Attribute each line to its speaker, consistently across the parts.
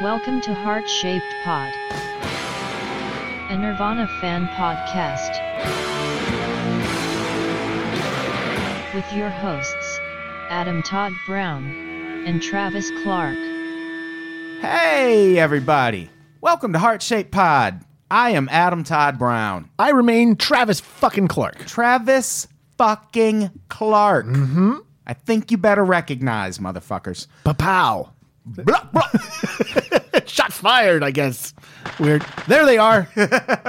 Speaker 1: Welcome to Heart Shaped Pod, a Nirvana fan podcast. With your hosts, Adam Todd Brown and Travis Clark.
Speaker 2: Hey, everybody. Welcome to Heart Shape Pod. I am Adam Todd Brown.
Speaker 3: I remain Travis fucking Clark.
Speaker 2: Travis fucking Clark. Mm-hmm. I think you better recognize, motherfuckers.
Speaker 3: Papow. Blah, blah. Shot fired, I guess. Weird. There they are.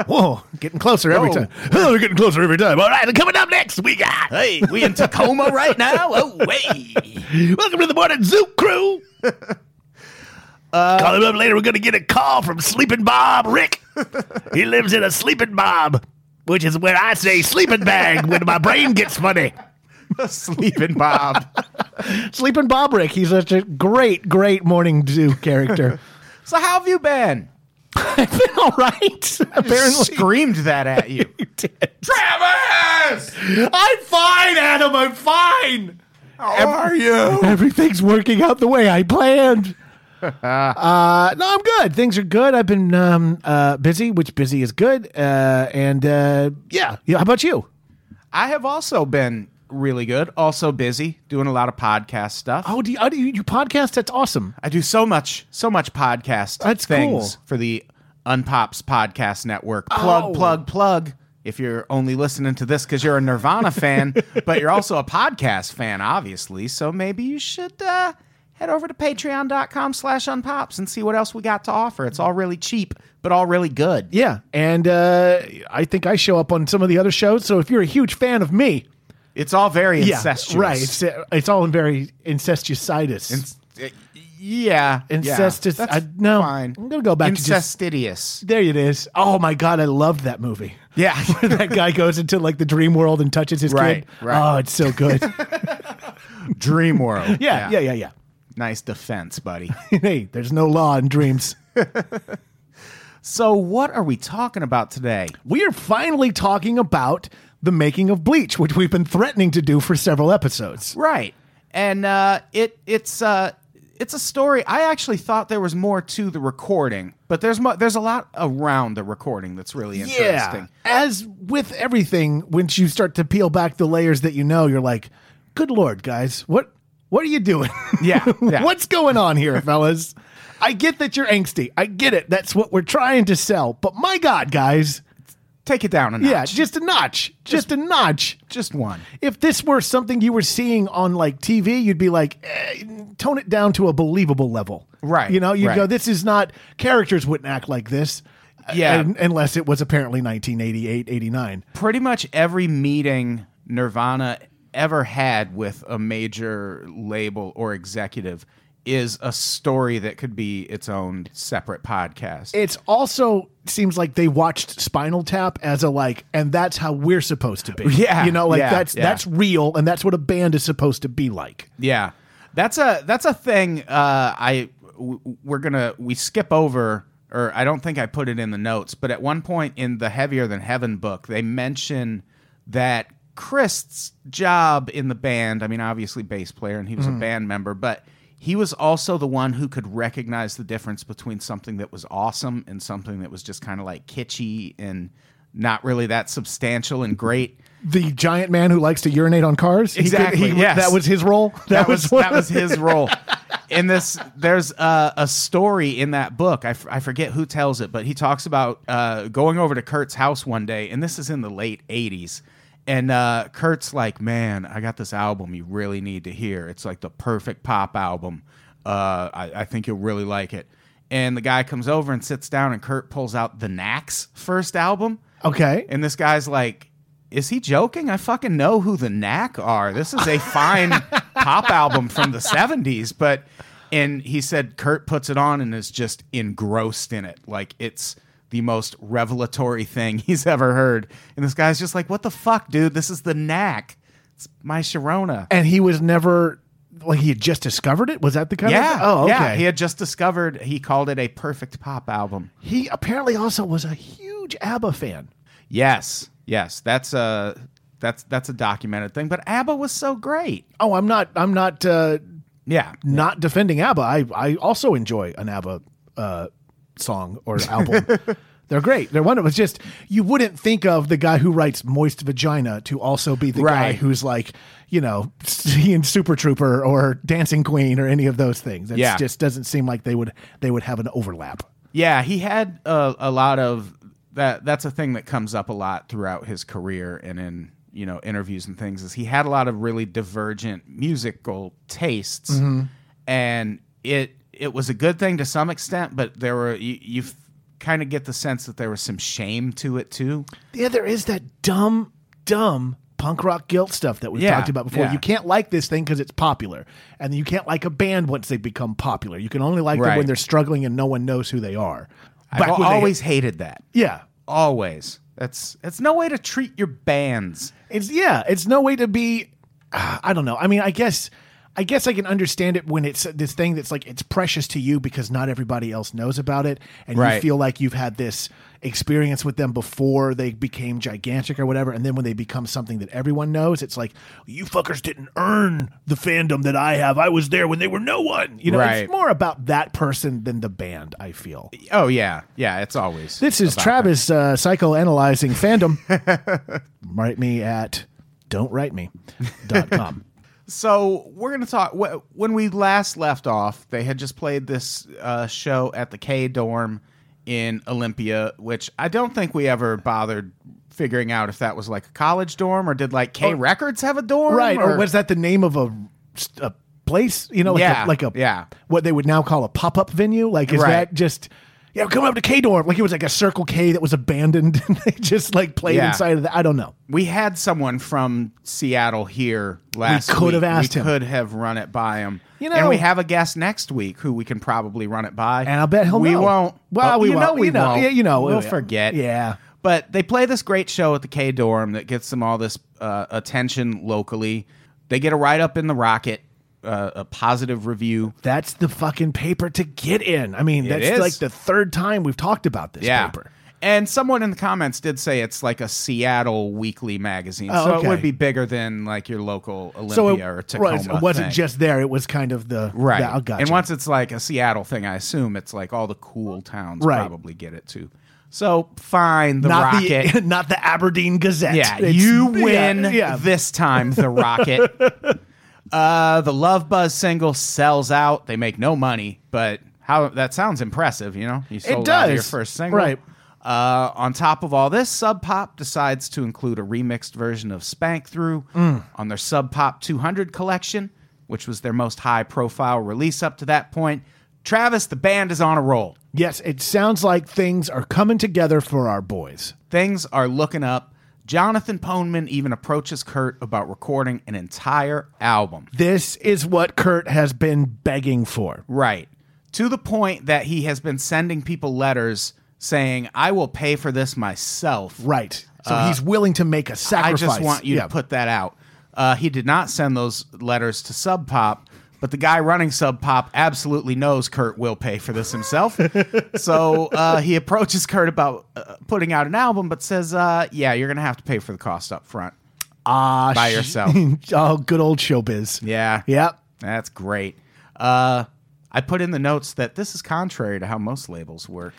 Speaker 3: Whoa, getting closer every
Speaker 2: Whoa.
Speaker 3: time. Oh, they're getting closer every time. All right, and coming up next, we got.
Speaker 2: Hey, we in Tacoma right now? Oh, wait.
Speaker 3: Welcome to the morning zoo crew.
Speaker 2: Uh,
Speaker 3: Call him up later. We're going to get a call from Sleeping Bob Rick. he lives in a sleeping bob, which is where I say sleeping bag when my brain gets funny.
Speaker 2: Sleeping Bob.
Speaker 3: Sleeping Bob Rick. He's such a great, great morning zoo character.
Speaker 2: So, how have you been?
Speaker 3: I've been all right. Apparently,
Speaker 2: Screamed that at you. Travis!
Speaker 3: I'm fine, Adam. I'm fine.
Speaker 2: How are you?
Speaker 3: Everything's working out the way I planned. uh, no, I'm good. Things are good. I've been um, uh, busy, which busy is good. Uh, and uh, yeah, yeah. How about you?
Speaker 2: I have also been really good, also busy, doing a lot of podcast stuff.
Speaker 3: Oh, do you, oh, do you, you podcast? That's awesome.
Speaker 2: I do so much, so much podcast
Speaker 3: That's
Speaker 2: things
Speaker 3: cool.
Speaker 2: for the Unpops Podcast Network. Plug,
Speaker 3: Oh.
Speaker 2: plug, plug. If you're only listening to this because you're a Nirvana fan, but you're also a podcast fan, obviously, so maybe you should uh, head over to patreon.com slash unpops and see what else we got to offer. It's all really cheap, but all really good.
Speaker 3: Yeah, and uh, I think I show up on some of the other shows. So if you're a huge fan of me,
Speaker 2: It's all very incestuous.
Speaker 3: yeah, right. It's, it's all in very incestuositis.
Speaker 2: It's- yeah. yeah.
Speaker 3: Incestus.
Speaker 2: That's
Speaker 3: I, no,
Speaker 2: fine.
Speaker 3: I'm gonna go back to just
Speaker 2: Incestidious.
Speaker 3: There it is. Oh my god, I loved that movie.
Speaker 2: Yeah.
Speaker 3: that guy goes into like the dream world and touches his
Speaker 2: Right,
Speaker 3: kid.
Speaker 2: right.
Speaker 3: Oh, it's so good.
Speaker 2: Dream world.
Speaker 3: yeah, yeah, yeah, yeah.
Speaker 2: Nice defense, buddy.
Speaker 3: hey, there's no law in dreams.
Speaker 2: So, what are we talking about today?
Speaker 3: We are finally talking about the making of Bleach, which we've been threatening to do for several episodes.
Speaker 2: Right, and uh, it it's uh, it's a story. I actually thought there was more to the recording, but there's mu- there's a lot around the recording that's really interesting.
Speaker 3: As with everything, once you start to peel back the layers that you know, you're like, "Good lord, guys, what what are you doing?
Speaker 2: Yeah, yeah.
Speaker 3: what's going on here, fellas?" I get that you're angsty. I get it. That's what we're trying to sell. But my God, guys,
Speaker 2: Take it down a notch.
Speaker 3: yeah, just a notch, just a notch.
Speaker 2: just one.
Speaker 3: If this were something you were seeing on like TV, you'd be like, eh, tone it down to a believable level,
Speaker 2: Right,
Speaker 3: You know, you
Speaker 2: right.
Speaker 3: go, this is not characters wouldn't act like this,
Speaker 2: Yeah.
Speaker 3: un- unless it was apparently 1988, 89.
Speaker 2: Pretty much every meeting Nirvana ever had with a major label or executive is a story that could be its own separate podcast.
Speaker 3: It's also seems like they watched Spinal Tap as a like, and that's how we're supposed to be.
Speaker 2: Yeah,
Speaker 3: you know, like
Speaker 2: yeah,
Speaker 3: that's
Speaker 2: yeah.
Speaker 3: that's real, and that's what a band is supposed to be like.
Speaker 2: Yeah, that's a that's a thing. Uh, I w- we're gonna we skip over, or I don't think I put it in the notes, but at one point in the Heavier Than Heaven book, they mention that Chris's job in the band. I mean, obviously bass player, and he was a band member, but. He was also the one who could recognize the difference between something that was awesome and something that was just kind of like kitschy and not really that substantial and great.
Speaker 3: The giant man who likes to urinate on cars. He could-
Speaker 2: Exactly,
Speaker 3: he-
Speaker 2: yes.
Speaker 3: that was his role.
Speaker 2: that was
Speaker 3: one
Speaker 2: that
Speaker 3: of
Speaker 2: was his role in this there's uh, a story in that book I, f- I forget who tells it but he talks about uh, going over to kurt's house one day and this is in the late 80s and uh, kurt's like man i got this album you really need to hear it's like the perfect pop album uh, I, I think you'll really like it and the guy comes over and sits down and kurt pulls out the knacks first album
Speaker 3: Okay.
Speaker 2: and this guy's like, is he joking? I fucking know who the Knack are. This is a fine pop album from the 70s, but and he said Kurt puts it on and is just engrossed in it. Like it's the most revelatory thing he's ever heard. And this guy's just like, "What the fuck, dude? This is the Knack. It's my Sharona."
Speaker 3: and he was never like he had just discovered it. Was that the kind
Speaker 2: Yeah.
Speaker 3: of? Oh, okay.
Speaker 2: Yeah, he
Speaker 3: he,
Speaker 2: had just discovered he called it a perfect pop album.
Speaker 3: apparently also was a huge ABBA fan.
Speaker 2: Yes. Yes, that's a that's that's a documented thing, but ABBA was so great.
Speaker 3: Oh, I'm not. I'm not. Uh,
Speaker 2: Yeah.
Speaker 3: not defending ABBA. I I also enjoy an ABBA uh, song or album. They're great. They're wonderful. It's just you wouldn't think of the guy who writes "Moist Vagina" to also be the guy
Speaker 2: Right.
Speaker 3: who's like, you know, seeing Super Trooper or Dancing Queen or any of those things. It
Speaker 2: Yeah.
Speaker 3: just doesn't seem like they would they would have an overlap.
Speaker 2: Yeah, he had a, a lot of that. That's a thing that comes up a lot throughout his career and in you know interviews and things. Is he had a lot of really divergent musical tastes,
Speaker 3: Mm-hmm.
Speaker 2: and it it was a good thing to some extent, but there were you, you kind of get the sense that there was some shame to it too.
Speaker 3: Yeah, there is that dumb, dumb punk rock guilt stuff that we've
Speaker 2: Yeah,
Speaker 3: talked about before.
Speaker 2: yeah.
Speaker 3: You can't like this thing because it's popular, and you can't like a band once they become popular. You can only like them when
Speaker 2: Right.
Speaker 3: they're struggling and no one knows who they are.
Speaker 2: I've
Speaker 3: Back
Speaker 2: al-
Speaker 3: when they-
Speaker 2: always hated that.
Speaker 3: yeah,
Speaker 2: Always. That's that's no way to treat your bands.
Speaker 3: it's yeah, it's no way to be. uh, I don't know. I mean, I guess. I guess I can understand it when it's this thing that's like it's precious to you because not everybody else knows about it, and you
Speaker 2: Right.
Speaker 3: feel like you've had this experience with them before they became gigantic or whatever, and then when they become something that everyone knows, it's like you fuckers didn't earn the fandom that I have. I was there when they were no one. You know,
Speaker 2: Right.
Speaker 3: it's more about that person than the band. I feel
Speaker 2: Oh yeah, yeah. It's always
Speaker 3: this is
Speaker 2: about
Speaker 3: Travis uh, psychoanalyzing fandom. write me at don't write me dot com.
Speaker 2: So we're going to talk. wh- When we last left off, they had just played this uh, show at the K Dorm in Olympia, which I don't think we ever bothered figuring out if that was like a college dorm or did like K Records have a dorm,
Speaker 3: Oh. right? Or was that the name of a, a place? You know, like
Speaker 2: Yeah,
Speaker 3: a, like a
Speaker 2: yeah.
Speaker 3: what they would now call a pop up venue. Like, is
Speaker 2: Right.
Speaker 3: that just yeah? Come up to K dorm. Like it was like a Circle K that was abandoned, and they just like played
Speaker 2: Yeah.
Speaker 3: inside of that. I don't know.
Speaker 2: we had someone from Seattle here last?
Speaker 3: could
Speaker 2: week.
Speaker 3: have asked
Speaker 2: We
Speaker 3: him.
Speaker 2: Could have run it by him.
Speaker 3: You
Speaker 2: and we
Speaker 3: know-
Speaker 2: have a guest next week who we can probably run it by,
Speaker 3: And I bet he'll
Speaker 2: we
Speaker 3: know.
Speaker 2: won't.
Speaker 3: Well,
Speaker 2: Oh,
Speaker 3: we
Speaker 2: you
Speaker 3: won't.
Speaker 2: know we
Speaker 3: You know,
Speaker 2: won't.
Speaker 3: yeah, you know,
Speaker 2: we'll
Speaker 3: yeah.
Speaker 2: forget.
Speaker 3: Yeah.
Speaker 2: But they play this great show at the K Dorm that gets them all this uh, attention locally. They get a write up in the Rocket, uh, a positive review.
Speaker 3: That's the fucking paper to get in. I mean, that's
Speaker 2: is.
Speaker 3: like the third time we've talked about this
Speaker 2: Yeah.
Speaker 3: paper.
Speaker 2: And someone in the comments did say it's like a Seattle weekly magazine,
Speaker 3: Oh,
Speaker 2: so
Speaker 3: okay.
Speaker 2: it would be bigger than like your local Olympia
Speaker 3: So it,
Speaker 2: or Tacoma.
Speaker 3: right, so it wasn't
Speaker 2: thing.
Speaker 3: just there. It was kind of the
Speaker 2: right.
Speaker 3: The, oh, gotcha.
Speaker 2: And once it's like a Seattle thing, I assume it's like all the cool towns
Speaker 3: Right.
Speaker 2: probably get it too. So fine, the
Speaker 3: not
Speaker 2: Rocket.
Speaker 3: the not the Aberdeen Gazette.
Speaker 2: Yeah,
Speaker 3: It's-
Speaker 2: you
Speaker 3: yeah,
Speaker 2: win
Speaker 3: yeah.
Speaker 2: this time, The Rocket. uh, the Love Buzz single sells out. They make no money, but how that sounds impressive, you know? You sold out your
Speaker 3: does.
Speaker 2: first single.
Speaker 3: Right.
Speaker 2: Uh, on top of all this, Sub Pop decides to include a remixed version of Spank Through
Speaker 3: Mm.
Speaker 2: on their Sub Pop 200 collection, which was their most high profile release up to that point. Travis, the band is on a roll.
Speaker 3: Yes, it sounds like things are coming together for our boys.
Speaker 2: Things are looking up. Jonathan Poneman even approaches Kurt about recording an entire album.
Speaker 3: This is what Kurt has been begging for.
Speaker 2: Right. To the point that he has been sending people letters saying, I will pay for this myself.
Speaker 3: Right. So he's willing to make
Speaker 2: Uh,
Speaker 3: a
Speaker 2: I
Speaker 3: sacrifice.
Speaker 2: just want you
Speaker 3: Yeah.
Speaker 2: to put that out. Uh, he did not send those letters to Sub Pop, but the guy running Sub Pop absolutely knows Kurt will pay for this himself. so uh, he approaches Kurt about uh, putting out an album, but says, uh, Yeah, you're going to have to pay for the cost up front.
Speaker 3: Ah,
Speaker 2: by
Speaker 3: sh-
Speaker 2: yourself.
Speaker 3: oh, good old showbiz.
Speaker 2: Yeah.
Speaker 3: Yep.
Speaker 2: That's great. Uh, I put in the notes that this is contrary to how most labels work.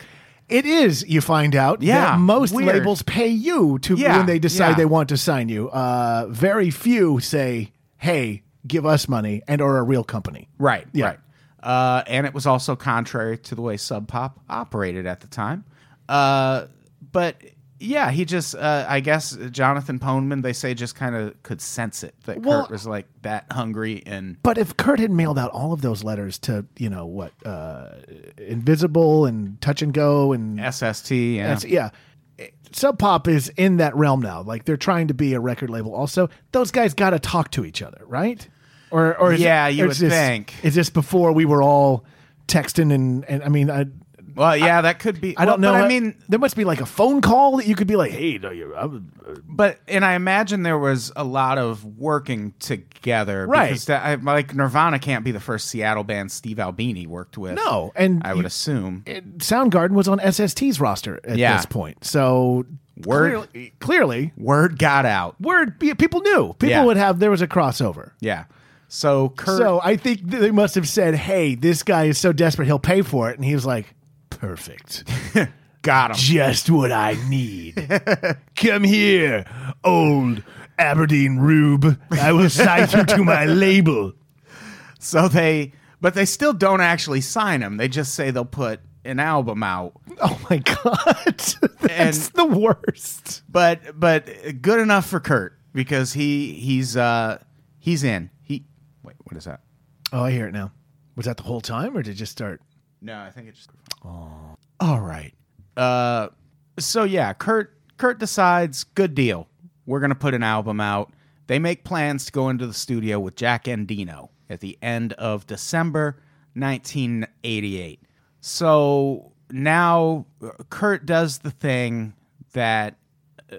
Speaker 3: It is, you find out,
Speaker 2: Yeah,
Speaker 3: that most
Speaker 2: weird.
Speaker 3: labels pay you to
Speaker 2: Yeah,
Speaker 3: when they decide
Speaker 2: yeah.
Speaker 3: they want to sign you. Uh, very few say, hey, give us money and are a real company.
Speaker 2: Right,
Speaker 3: Yeah.
Speaker 2: right. Uh, and it was also contrary to the way Sub Pop operated at the time. Uh, but yeah, he just, uh, I guess Jonathan Poneman, they say, just kind of could sense it that
Speaker 3: Well-
Speaker 2: Kurt was like that hungry and.
Speaker 3: But if Kurt had mailed out all of those letters to, you know, what, uh, Invisible and Touch and Go and
Speaker 2: SST, yeah.
Speaker 3: That's- yeah. Sub Pop is in that realm now. Like they're trying to be a record label. Also, those guys got to talk to each other, right? Or, or is
Speaker 2: Yeah,
Speaker 3: it-
Speaker 2: you
Speaker 3: or is
Speaker 2: would
Speaker 3: this-
Speaker 2: think.
Speaker 3: Is this before we were all texting and and I mean I
Speaker 2: well, yeah, that could be.
Speaker 3: I don't
Speaker 2: well,
Speaker 3: know.
Speaker 2: But I mean,
Speaker 3: there must be like a phone call that you could be like, hey, no, you, I'm,
Speaker 2: But and I imagine there was a lot of working together,
Speaker 3: Right.
Speaker 2: Because that, I, like Nirvana can't be the first Seattle band Steve Albini worked with.
Speaker 3: no, and
Speaker 2: I would
Speaker 3: you-
Speaker 2: assume.
Speaker 3: it- Soundgarden was on SST's roster at
Speaker 2: Yeah.
Speaker 3: this point, so
Speaker 2: Word-
Speaker 3: clearly, clearly
Speaker 2: Word got out.
Speaker 3: word yeah, people knew people
Speaker 2: Yeah.
Speaker 3: would have there was a crossover.
Speaker 2: Yeah. So Kurt,
Speaker 3: So I think th- they must have said, "Hey, this guy is so desperate, he'll pay for it." And he was like, Perfect.
Speaker 2: Got him.
Speaker 3: Just what I need. Come here, old Aberdeen Rube. I will sign you to my label.
Speaker 2: So they, but they still don't actually sign him. They just say they'll put an album out.
Speaker 3: Oh my god. That's the worst.
Speaker 2: But but good enough for Kurt because he he's uh he's in. He wait, what is that?
Speaker 3: Oh, I hear it now. Was that the whole time or did it just start?
Speaker 2: No, I think it's just
Speaker 3: All right.
Speaker 2: uh so yeah, Kurt Kurt decides good deal. We're going to put an album out. They make plans to go into the studio with Jack Endino at the end of December 1988. So now uh, Kurt does the thing that uh,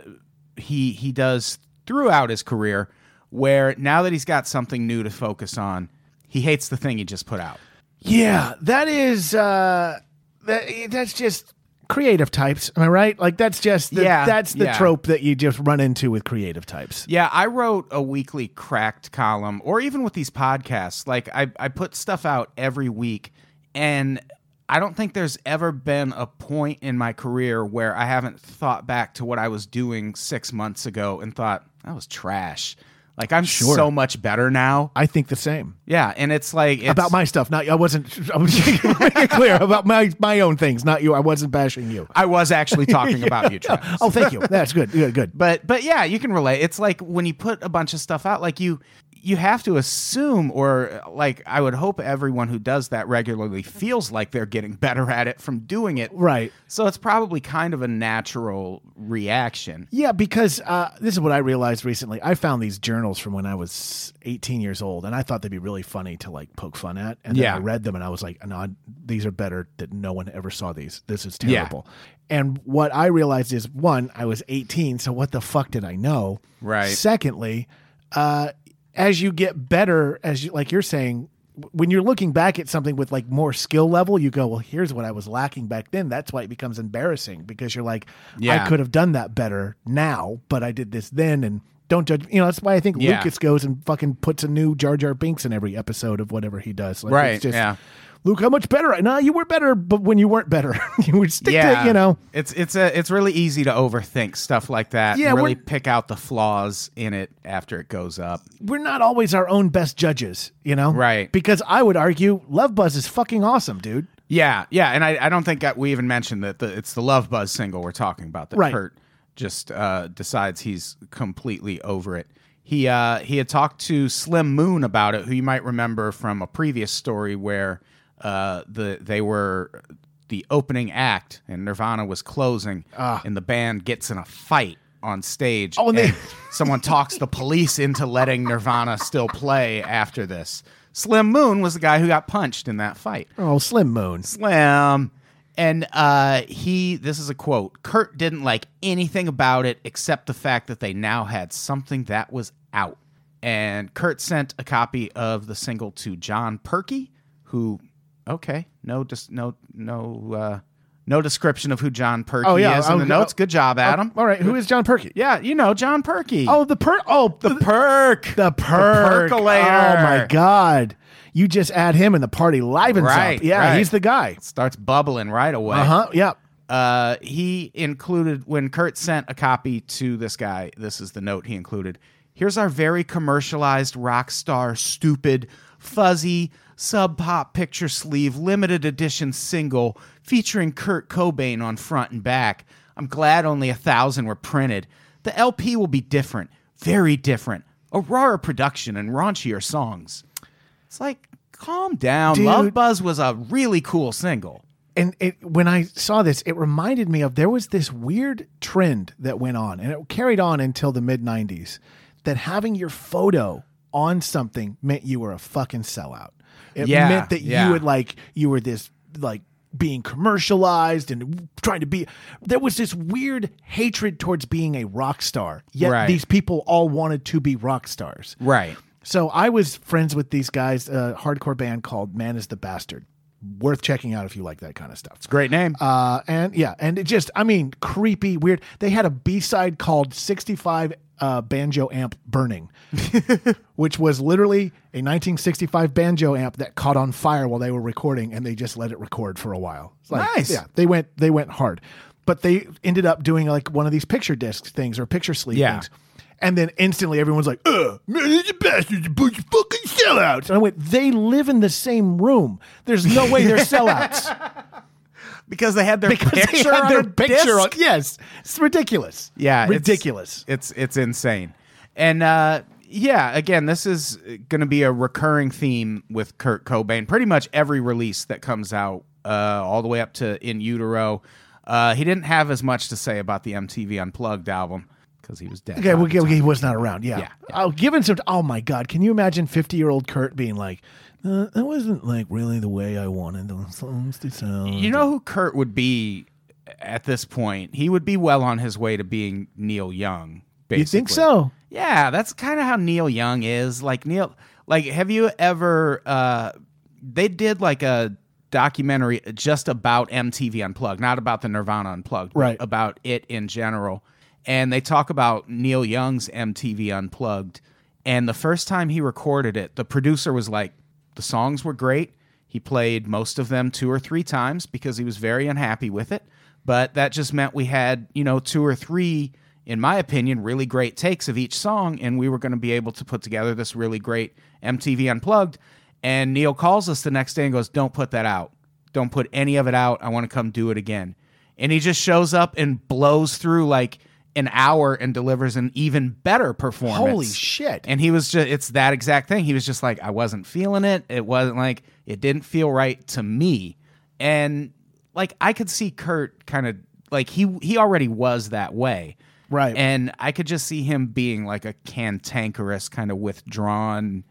Speaker 2: he he does throughout his career where now that he's got something new to focus on he hates the thing he just put out
Speaker 3: Yeah, that is uh that that's just creative types, am I right? Like that's just the,
Speaker 2: Yeah,
Speaker 3: that's the
Speaker 2: yeah.
Speaker 3: trope that you just run into with creative types.
Speaker 2: yeah i wrote a weekly cracked column or even with these podcasts like i, I put stuff out every week and i don't think there's ever been a point in my career where i haven't thought back to what i was doing six months ago and thought that was trash like i'm
Speaker 3: Sure.
Speaker 2: so much better now
Speaker 3: I think the same.
Speaker 2: yeah and it's like it's,
Speaker 3: about my stuff. Not I wasn't. I was making it clear about my my own things. Not you. I wasn't bashing you.
Speaker 2: i was actually talking about you travis
Speaker 3: Oh, thank you. That's good. Good. Good.
Speaker 2: but but yeah you can relate it's like when you put a bunch of stuff out like you you have to assume or like i would hope everyone who does that regularly feels like they're getting better at it from doing it
Speaker 3: Right.
Speaker 2: so it's probably kind of a natural reaction
Speaker 3: Yeah, because uh, this is what I realized recently. I found these journals from when I was 18 years old, and I thought they'd be really funny to like poke fun at. And then
Speaker 2: Yeah.
Speaker 3: I read them, and I was like, "No, I- these are better that no one ever saw these. This is terrible." And what I realized is, one, I was 18, so what the fuck did I know?
Speaker 2: Right.
Speaker 3: Secondly, uh, as you get better, as you like, you're saying. w- When you're looking back at something with like more skill level, you go, "Well, here's what I was lacking back then." That's why it becomes embarrassing because you're like,
Speaker 2: Yeah.
Speaker 3: "I could." could have done that better now, but I did this then and don't judge. You know, that's why I think
Speaker 2: Yeah.
Speaker 3: Lucas goes and fucking puts a new Jar Jar Binks in every episode of whatever he does. Like,
Speaker 2: Right, yeah.
Speaker 3: Luke, how much better? I Nah, you were better, but when you weren't better, you would stick
Speaker 2: yeah
Speaker 3: to, you know.
Speaker 2: it's it's a it's really easy to overthink stuff like that
Speaker 3: Yeah,
Speaker 2: really
Speaker 3: we're-
Speaker 2: pick out the flaws in it after it goes up
Speaker 3: We're not always our own best judges, you know?
Speaker 2: Right.
Speaker 3: Because I would argue Love Buzz is fucking awesome, dude.
Speaker 2: Yeah, yeah, and I, I don't think that we even mentioned that the, it's the Love Buzz single we're talking about that
Speaker 3: Right.
Speaker 2: Kurt just uh, decides he's completely over it. He uh, he had talked to Slim Moon about it, who you might remember from a previous story where uh, the they were the opening act and Nirvana was closing, and the band gets in a fight on stage.
Speaker 3: Ah. Oh, and they-
Speaker 2: someone talks the police into letting Nirvana still play after this. Slim Moon was the guy who got punched in that fight.
Speaker 3: Oh, Slim Moon.
Speaker 2: Slim. And uh, he, this is a quote Kurt didn't like anything about it except the fact that they now had something that was out. And Kurt sent a copy of the single to John Perky, who, okay, no, just no, no, uh, no description of who John Perky
Speaker 3: Oh, yeah,
Speaker 2: is in the
Speaker 3: okay,
Speaker 2: notes. Good job, Adam.
Speaker 3: Oh, All right, who is John Perky?
Speaker 2: Yeah, you know John Perky.
Speaker 3: Oh, the per oh the
Speaker 2: Perk.
Speaker 3: The perk.
Speaker 2: percolator.
Speaker 3: Oh my god. You just add him and the party livens
Speaker 2: Right,
Speaker 3: up. Yeah,
Speaker 2: right.
Speaker 3: he's the guy.
Speaker 2: starts bubbling right away.
Speaker 3: Uh-huh. Yeah.
Speaker 2: uh, he included when Kurt sent a copy to this guy. This is the note he included. Here's our very commercialized rock star, stupid, fuzzy, sub pop picture sleeve limited edition single featuring Kurt Cobain on front and back. I'm glad only a thousand were printed. The LP will be different, very different, a rawer production and raunchier songs. It's like, calm down.
Speaker 3: Dude.
Speaker 2: Love Buzz was a really cool single.
Speaker 3: And it, when I saw this, it reminded me of there was this weird trend that went on and it carried on until the mid 90s that having your photo on something meant you were a fucking sellout. It
Speaker 2: Yeah,
Speaker 3: meant that
Speaker 2: yeah.
Speaker 3: you would like you were this like being commercialized and trying to be there was this weird hatred towards being a rock star. Yet
Speaker 2: Right.
Speaker 3: these people all wanted to be rock stars.
Speaker 2: Right.
Speaker 3: So I was friends with these guys, a hardcore band called Man is the Bastard. worth checking out if you like that kind of stuff.
Speaker 2: Great name.
Speaker 3: Uh, and yeah, and it just, I mean, creepy, weird. They had a B side called 65 uh, Banjo Amp Burning, which was literally a 1965 banjo amp that caught on fire while they were recording and they just let it record for a while. It's
Speaker 2: Nice.
Speaker 3: Yeah, they went, they went hard. But they ended up doing like one of these picture disc things or picture sleeve
Speaker 2: Yeah.
Speaker 3: things. And then instantly everyone's like, uh, man, these bastards, a bunch of fucking sellouts. And I went, they live in the same room. There's no way they're sellouts
Speaker 2: because they had their
Speaker 3: because
Speaker 2: picture
Speaker 3: they had
Speaker 2: on
Speaker 3: their
Speaker 2: a
Speaker 3: picture on.
Speaker 2: disc.
Speaker 3: Yes, it's ridiculous.
Speaker 2: Yeah, it's-
Speaker 3: ridiculous.
Speaker 2: It's it's insane, and uh, yeah, again, this is going to be a recurring theme with Kurt Cobain. Pretty much every release that comes out, uh, all the way up to In Utero. Uh, he didn't have as much to say about the MTV Unplugged album because he was dead.
Speaker 3: Okay,
Speaker 2: by
Speaker 3: well,
Speaker 2: the
Speaker 3: yeah,
Speaker 2: time.
Speaker 3: he was not around. Yeah,
Speaker 2: Yeah,
Speaker 3: I'll give him some. Oh my God, can you imagine fifty-year-old Kurt being like, uh, "That wasn't like really the way I wanted those songs to sound."
Speaker 2: You know who Kurt would be at this point? He would be well on his way to being Neil Young. Basically.
Speaker 3: you think so?
Speaker 2: Yeah, that's kind of how Neil Young is. Like Neil, like have you ever? Uh, they did like a documentary just about MTV Unplugged, not about the Nirvana Unplugged, but
Speaker 3: Right.
Speaker 2: About it in general, and they talk about Neil Young's MTV Unplugged. And the first time he recorded it, the producer was like, "The songs were great." He played most of them two or three times because he was very unhappy with it. But that just meant we had, you know, two or three in my opinion, really great takes of each song, and we were going to be able to put together this really great MTV Unplugged. And Neil calls us the next day and goes, Don't put that out. Don't put any of it out. I want to come do it again. And he just shows up and blows through like an hour and delivers an even better performance.
Speaker 3: Holy shit!
Speaker 2: And he was just, it's that exact thing. He was just like, I wasn't feeling it. It wasn't like, it didn't feel right to me. And like, I could see Kurt kind of like, he, he already was that way.
Speaker 3: Right.
Speaker 2: And I could just see him being like a cantankerous, kind of withdrawn,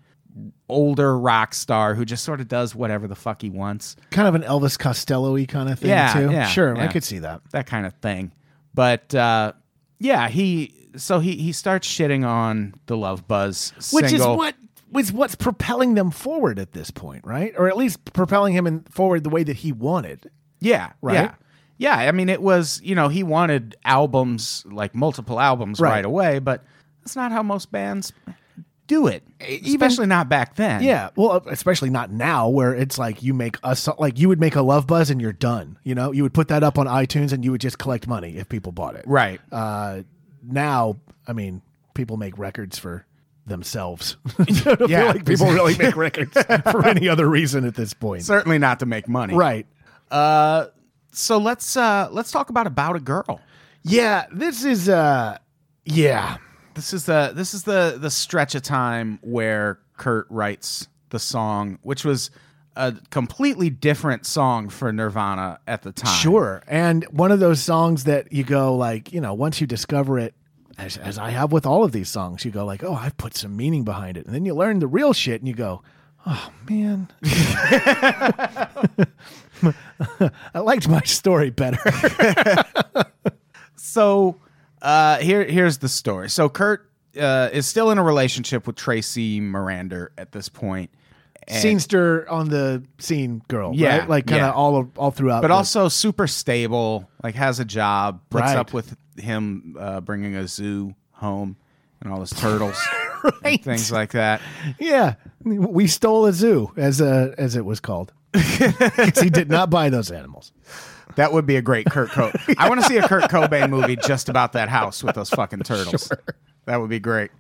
Speaker 2: older rock star who just sort of does whatever the fuck he wants,
Speaker 3: kind of an Elvis Costello-y kind of thing
Speaker 2: Yeah,
Speaker 3: too.
Speaker 2: yeah,
Speaker 3: sure, I
Speaker 2: yeah.
Speaker 3: could see that.
Speaker 2: that kind of thing. But, uh, yeah, he, so he, he starts shitting on the Love Buzz
Speaker 3: Which
Speaker 2: single.
Speaker 3: is what was what's propelling them forward at this point, right? Or at least propelling him in forward the way that he wanted.
Speaker 2: Yeah.
Speaker 3: Right?
Speaker 2: Yeah. Yeah, I mean, it was, you know, he wanted albums, like multiple albums
Speaker 3: Right.
Speaker 2: right, away, but that's not how most bands do it.
Speaker 3: E, even-
Speaker 2: especially not back then.
Speaker 3: Yeah, well, uh, especially not now, where it's like you make a so- like you would make a love buzz and you're done. You know, you would put that up on iTunes and you would just collect money if people bought it.
Speaker 2: Right.
Speaker 3: Uh, now, I mean, people make records for themselves. yeah,
Speaker 2: Yeah.
Speaker 3: like people really make records for any other reason at this point.
Speaker 2: Certainly not to make money.
Speaker 3: right.
Speaker 2: So let's uh let's talk about About a Girl.
Speaker 3: Yeah, this is uh, yeah,
Speaker 2: This is the this is the the stretch of time where Kurt writes the song, which was a completely different song for Nirvana at the time.
Speaker 3: Sure. And one of those songs that you go like, you know, once you discover it, as, as I have with all of these songs, you go like, oh, I've put some meaning behind it. And then you learn the real shit and you go, oh, man. I liked my story better.
Speaker 2: so uh, here here's the story. So Kurt uh, is still in a relationship with Tracy Mirander at this point, and-
Speaker 3: Scenester on the scene girl.
Speaker 2: Yeah,
Speaker 3: Right? Like kind of
Speaker 2: yeah.
Speaker 3: all of, all throughout.
Speaker 2: but
Speaker 3: the-
Speaker 2: also super stable. Like has a job, puts
Speaker 3: Right.
Speaker 2: up with him uh, bringing a zoo home and all his turtles, and things like that.
Speaker 3: yeah, we stole a zoo as a, as it was called. 'Cause he did not buy those animals.
Speaker 2: That would be a great Kurt Cobain. I want to see a Kurt Cobain movie just about that house with those fucking turtles. That would be great.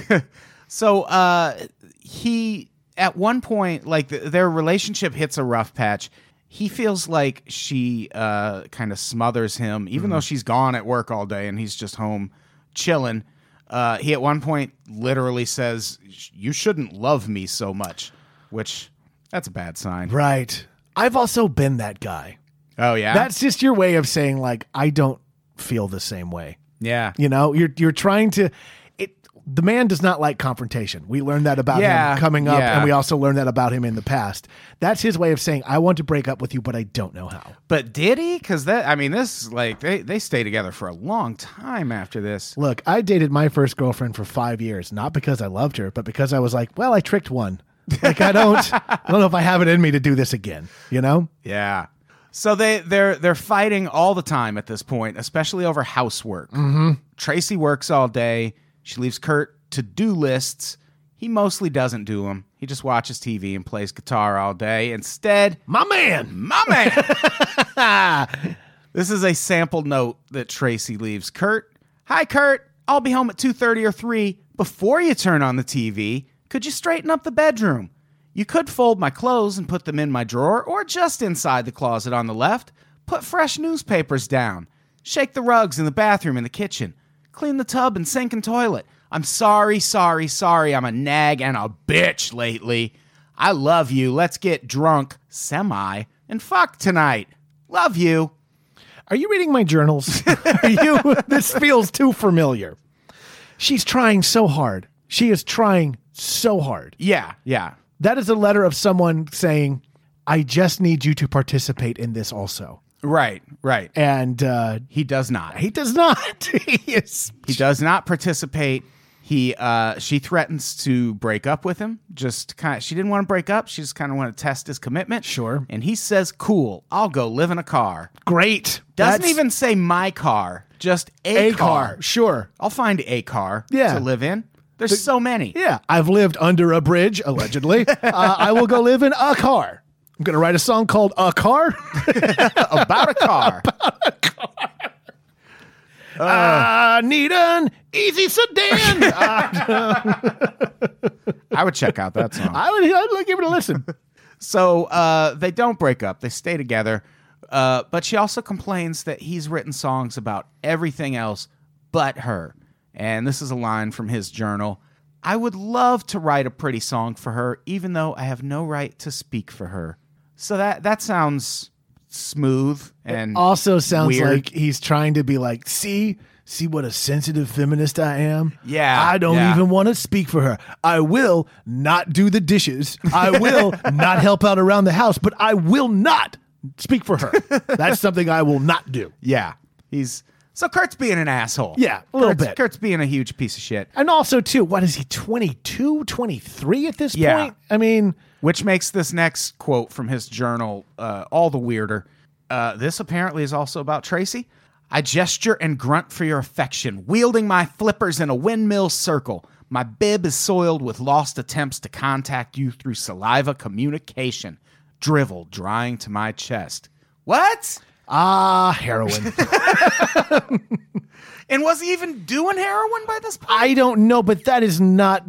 Speaker 2: so uh, he, at one point, like th- their relationship hits a rough patch. He feels like she uh, kind of smothers him, even
Speaker 3: Mm-hmm.
Speaker 2: though she's gone at work all day and he's just home chilling. Uh, he at one point literally says, "You shouldn't love me so much," which that's a bad sign.
Speaker 3: Right. I've also been that guy.
Speaker 2: Oh yeah,
Speaker 3: That's just your way of saying like I don't feel the same way.
Speaker 2: yeah.
Speaker 3: You know, you're you're trying to it the man does not like confrontation. We learned that about
Speaker 2: Yeah,
Speaker 3: him coming up
Speaker 2: yeah.
Speaker 3: and we also learned that about him in the past. That's his way of saying I want to break up with you but I don't know how.
Speaker 2: But did he? Because that I mean, this like they they stay together for a long time after this.
Speaker 3: Look, I dated my first girlfriend for 5 years, not because I loved her, but because I was like, well, I tricked one. Like I don't, I don't know if I have it in me to do this again. You know?
Speaker 2: Yeah. So they they're they're fighting all the time at this point, especially over housework. Mm-hmm. Tracy works all day. She leaves Kurt to do lists. He mostly doesn't do them. He just watches TV and plays guitar all day. Instead,
Speaker 3: My man.
Speaker 2: my man. this is a sample note that Tracy leaves Kurt. Hi, Kurt. I'll be home at 2.30 or 3. Before you turn on the TV, could you straighten up the bedroom? You could fold my clothes and put them in my drawer or just inside the closet on the left. Put fresh newspapers down. Shake the rugs in the bathroom and the kitchen. Clean the tub and sink and toilet. I'm sorry, sorry, sorry. I'm a nag and a bitch lately. I love you. Let's get drunk, semi, and fuck tonight. Love you.
Speaker 3: Are you reading my journals? Are you? This feels too familiar. She's trying so hard. She is trying so hard.
Speaker 2: Yeah, yeah.
Speaker 3: That is a letter of someone saying, "I just need you to participate in this also."
Speaker 2: Right, right.
Speaker 3: And uh,
Speaker 2: He does not.
Speaker 3: he does not. he is.
Speaker 2: He does not participate. He uh she threatens to break up with him. Just kind of she didn't want to break up. She just kind of want to test his commitment.
Speaker 3: Sure.
Speaker 2: And he says, "Cool. I'll go live in a car."
Speaker 3: great.
Speaker 2: Doesn't
Speaker 3: That's
Speaker 2: even say my car. Just a,
Speaker 3: a car. Sure.
Speaker 2: I'll find a car
Speaker 3: Yeah.
Speaker 2: to live in. There's so many.
Speaker 3: Yeah, I've lived under a bridge allegedly. uh, I will go live in a car. I'm gonna write a song called "A Car."
Speaker 2: About a car.
Speaker 3: I need an easy sedan. I,
Speaker 2: I would check out that song.
Speaker 3: would, I'd like give it a listen.
Speaker 2: So uh, they don't break up. They stay together. Uh, but she also complains that he's written songs about everything else but her. And this is a line from his journal. I would love to write a pretty song for her, even though I have no right to speak for her. So that that sounds smooth and
Speaker 3: Also, sounds
Speaker 2: Weird.
Speaker 3: like he's trying to be like, see, see what a sensitive feminist I am.
Speaker 2: Yeah,
Speaker 3: I don't
Speaker 2: yeah.
Speaker 3: even want to speak for her. I will not do the dishes. I will not help out around the house, but I will not speak for her. That's something I will not do.
Speaker 2: yeah. He's so Kurt's being an asshole.
Speaker 3: Yeah, a little
Speaker 2: Kurt's-
Speaker 3: bit.
Speaker 2: Kurt's being a huge piece of shit.
Speaker 3: And also, too, what is he, 22, 23 at this
Speaker 2: Yeah.
Speaker 3: point? I mean,
Speaker 2: Which makes this next quote from his journal uh, all the weirder. Uh, this apparently is also about Tracy. I gesture and grunt for your affection, wielding my flippers in a windmill circle. My bib is soiled with lost attempts to contact you through saliva communication, drivel drying to my chest. What?
Speaker 3: ah, heroin.
Speaker 2: And was he even doing heroin by this point?
Speaker 3: I don't know, but that is not.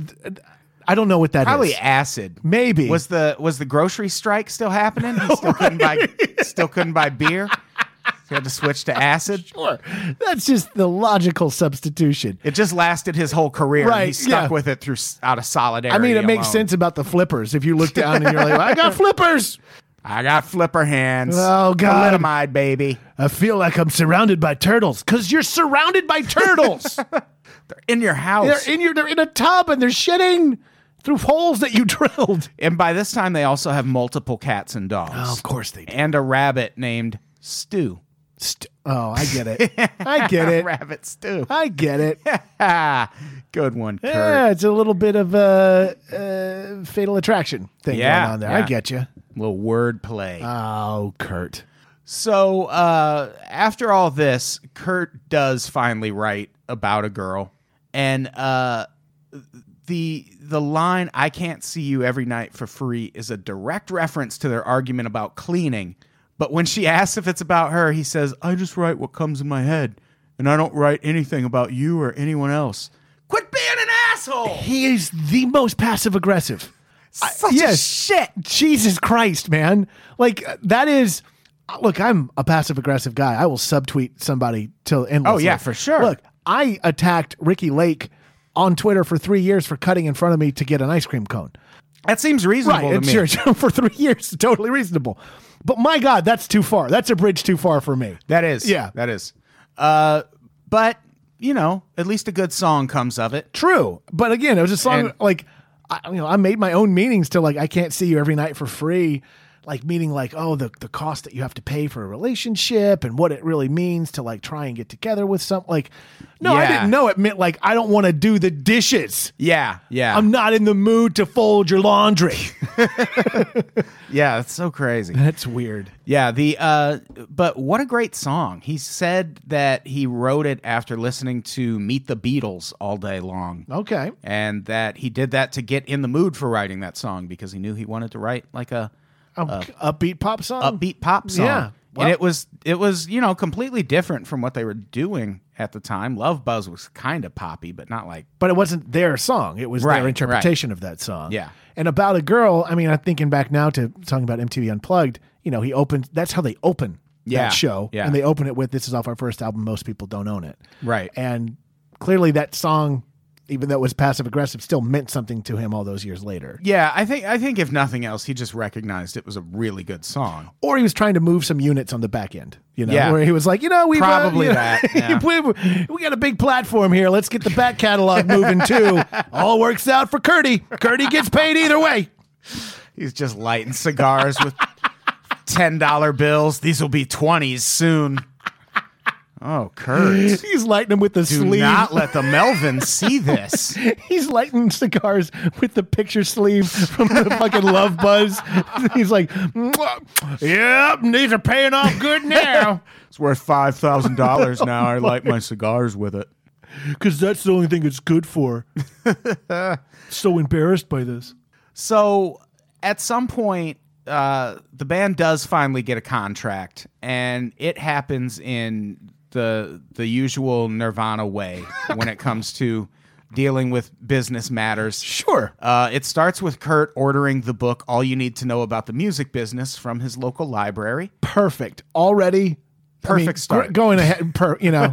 Speaker 3: I don't know what that is.
Speaker 2: Probably acid.
Speaker 3: Maybe.
Speaker 2: Was the was the grocery strike still happening? He still couldn't buy still couldn't buy beer. He had to switch to acid.
Speaker 3: Sure. That's just the logical substitution.
Speaker 2: It just lasted his whole career. and he
Speaker 3: Right,
Speaker 2: stuck
Speaker 3: yeah.
Speaker 2: with it through s- out of solidarity.
Speaker 3: I mean, it makes
Speaker 2: alone.
Speaker 3: sense about the flippers. If you look down and you're like, I got flippers.
Speaker 2: I got flipper hands.
Speaker 3: Oh, God.
Speaker 2: Thalidomide, baby.
Speaker 3: I feel like I'm surrounded by turtles because you're surrounded by turtles.
Speaker 2: They're in your house.
Speaker 3: they're in your, they're in a tub and they're shitting through holes that you drilled.
Speaker 2: and by this time, they also have multiple cats and dogs,
Speaker 3: Oh, course they
Speaker 2: and a rabbit named Stew.
Speaker 3: St- oh, I get it. I get it.
Speaker 2: rabbit Stew.
Speaker 3: I get it.
Speaker 2: Good one, Kurt.
Speaker 3: Yeah, it's a little bit of a uh, fatal attraction thing
Speaker 2: Yeah,
Speaker 3: going on there. I
Speaker 2: yeah.
Speaker 3: get you.
Speaker 2: Little word play.
Speaker 3: Oh, Kurt.
Speaker 2: So uh, after all this, Kurt does finally write about a girl, and uh, the the line "I can't see you every night for free" is a direct reference to their argument about cleaning. But when she asks if it's about her, he says, "I just write what comes in my head, and I don't write anything about you or anyone else." Quit being an asshole!
Speaker 3: He is the most passive aggressive.
Speaker 2: Such
Speaker 3: yes.
Speaker 2: shit.
Speaker 3: Jesus Christ, man. Like uh, that is uh, look, I'm a passive aggressive guy. I will subtweet somebody till endless.
Speaker 2: Oh, yeah, for sure.
Speaker 3: Look, I attacked Ricky Lake on Twitter for three years for cutting in front of me to get an ice cream cone.
Speaker 2: That seems reasonable to
Speaker 3: Right,
Speaker 2: me.
Speaker 3: sure, sure, for three years, totally reasonable. But my God, that's too far. That's a bridge too far for me.
Speaker 2: That is.
Speaker 3: Yeah.
Speaker 2: That is. Uh, but, you know, at least a good song comes of it.
Speaker 3: True, but again, it was just song
Speaker 2: And-
Speaker 3: like I, you know I made my own meanings to like I can't see you every night for free. like meaning like oh the the cost that you have to pay for a relationship and what it really means to like try and get together with some like no I
Speaker 2: Yeah.
Speaker 3: didn't know it meant like I don't want to do the dishes.
Speaker 2: Yeah, yeah,
Speaker 3: I'm not in the mood to fold your laundry.
Speaker 2: yeah. That's so crazy.
Speaker 3: That's weird.
Speaker 2: Yeah, the uh but what a great song. He said that he wrote it after listening to Meet the Beatles all day long.
Speaker 3: Okay.
Speaker 2: And that he did that to get in the mood for writing that song because he knew he wanted to write like a
Speaker 3: Um, upbeat pop song.
Speaker 2: Uh, upbeat pop song.
Speaker 3: Yeah, well-
Speaker 2: and it was it was, you know, completely different from what they were doing at the time. Love Buzz was kind of poppy, but not like
Speaker 3: but it wasn't their song. It was
Speaker 2: Right,
Speaker 3: their
Speaker 2: right.
Speaker 3: interpretation of that song.
Speaker 2: Yeah.
Speaker 3: And about a girl, I mean, I'm thinking back now to talking about MTV Unplugged, you know, he opened, that's how they open
Speaker 2: Yeah,
Speaker 3: that show.
Speaker 2: yeah.
Speaker 3: And they open it with, this is off our first album. Most people don't own it.
Speaker 2: Right.
Speaker 3: And clearly that song, even though it was passive aggressive, still meant something to him all those years later.
Speaker 2: Yeah, I think I think if nothing else, he just recognized it was a really good song.
Speaker 3: Or he was trying to move some units on the back end, you know,
Speaker 2: Yeah.
Speaker 3: where he was like, you know, we've uh,
Speaker 2: Probably
Speaker 3: you know,
Speaker 2: that, yeah.
Speaker 3: we, we got a big platform here. Let's get the back catalog moving too. All works out for Curdy. Curdy gets paid either way.
Speaker 2: He's just lighting cigars with ten dollar bills. These will be twenties soon. Oh, Kurt.
Speaker 3: He's lighting them with the
Speaker 2: Do
Speaker 3: sleeve.
Speaker 2: not let the Melvin see this.
Speaker 3: He's lighting cigars with the picture sleeve from the fucking Love Buzz. He's like, "Mwah. yep, these are paying off good now.
Speaker 2: It's worth five thousand dollars now. I light my cigars with it.
Speaker 3: Because that's the only thing it's good for. so embarrassed by this.
Speaker 2: So at some point, uh, the band does finally get a contract, and it happens in the the usual Nirvana way when it comes to dealing with business matters.
Speaker 3: Sure.
Speaker 2: Uh, it starts with Kurt ordering the book "All You Need to Know About the Music Business" from his local library.
Speaker 3: Perfect. Already. I mean,
Speaker 2: Perfect start.
Speaker 3: gr- going ahead, and per, you know.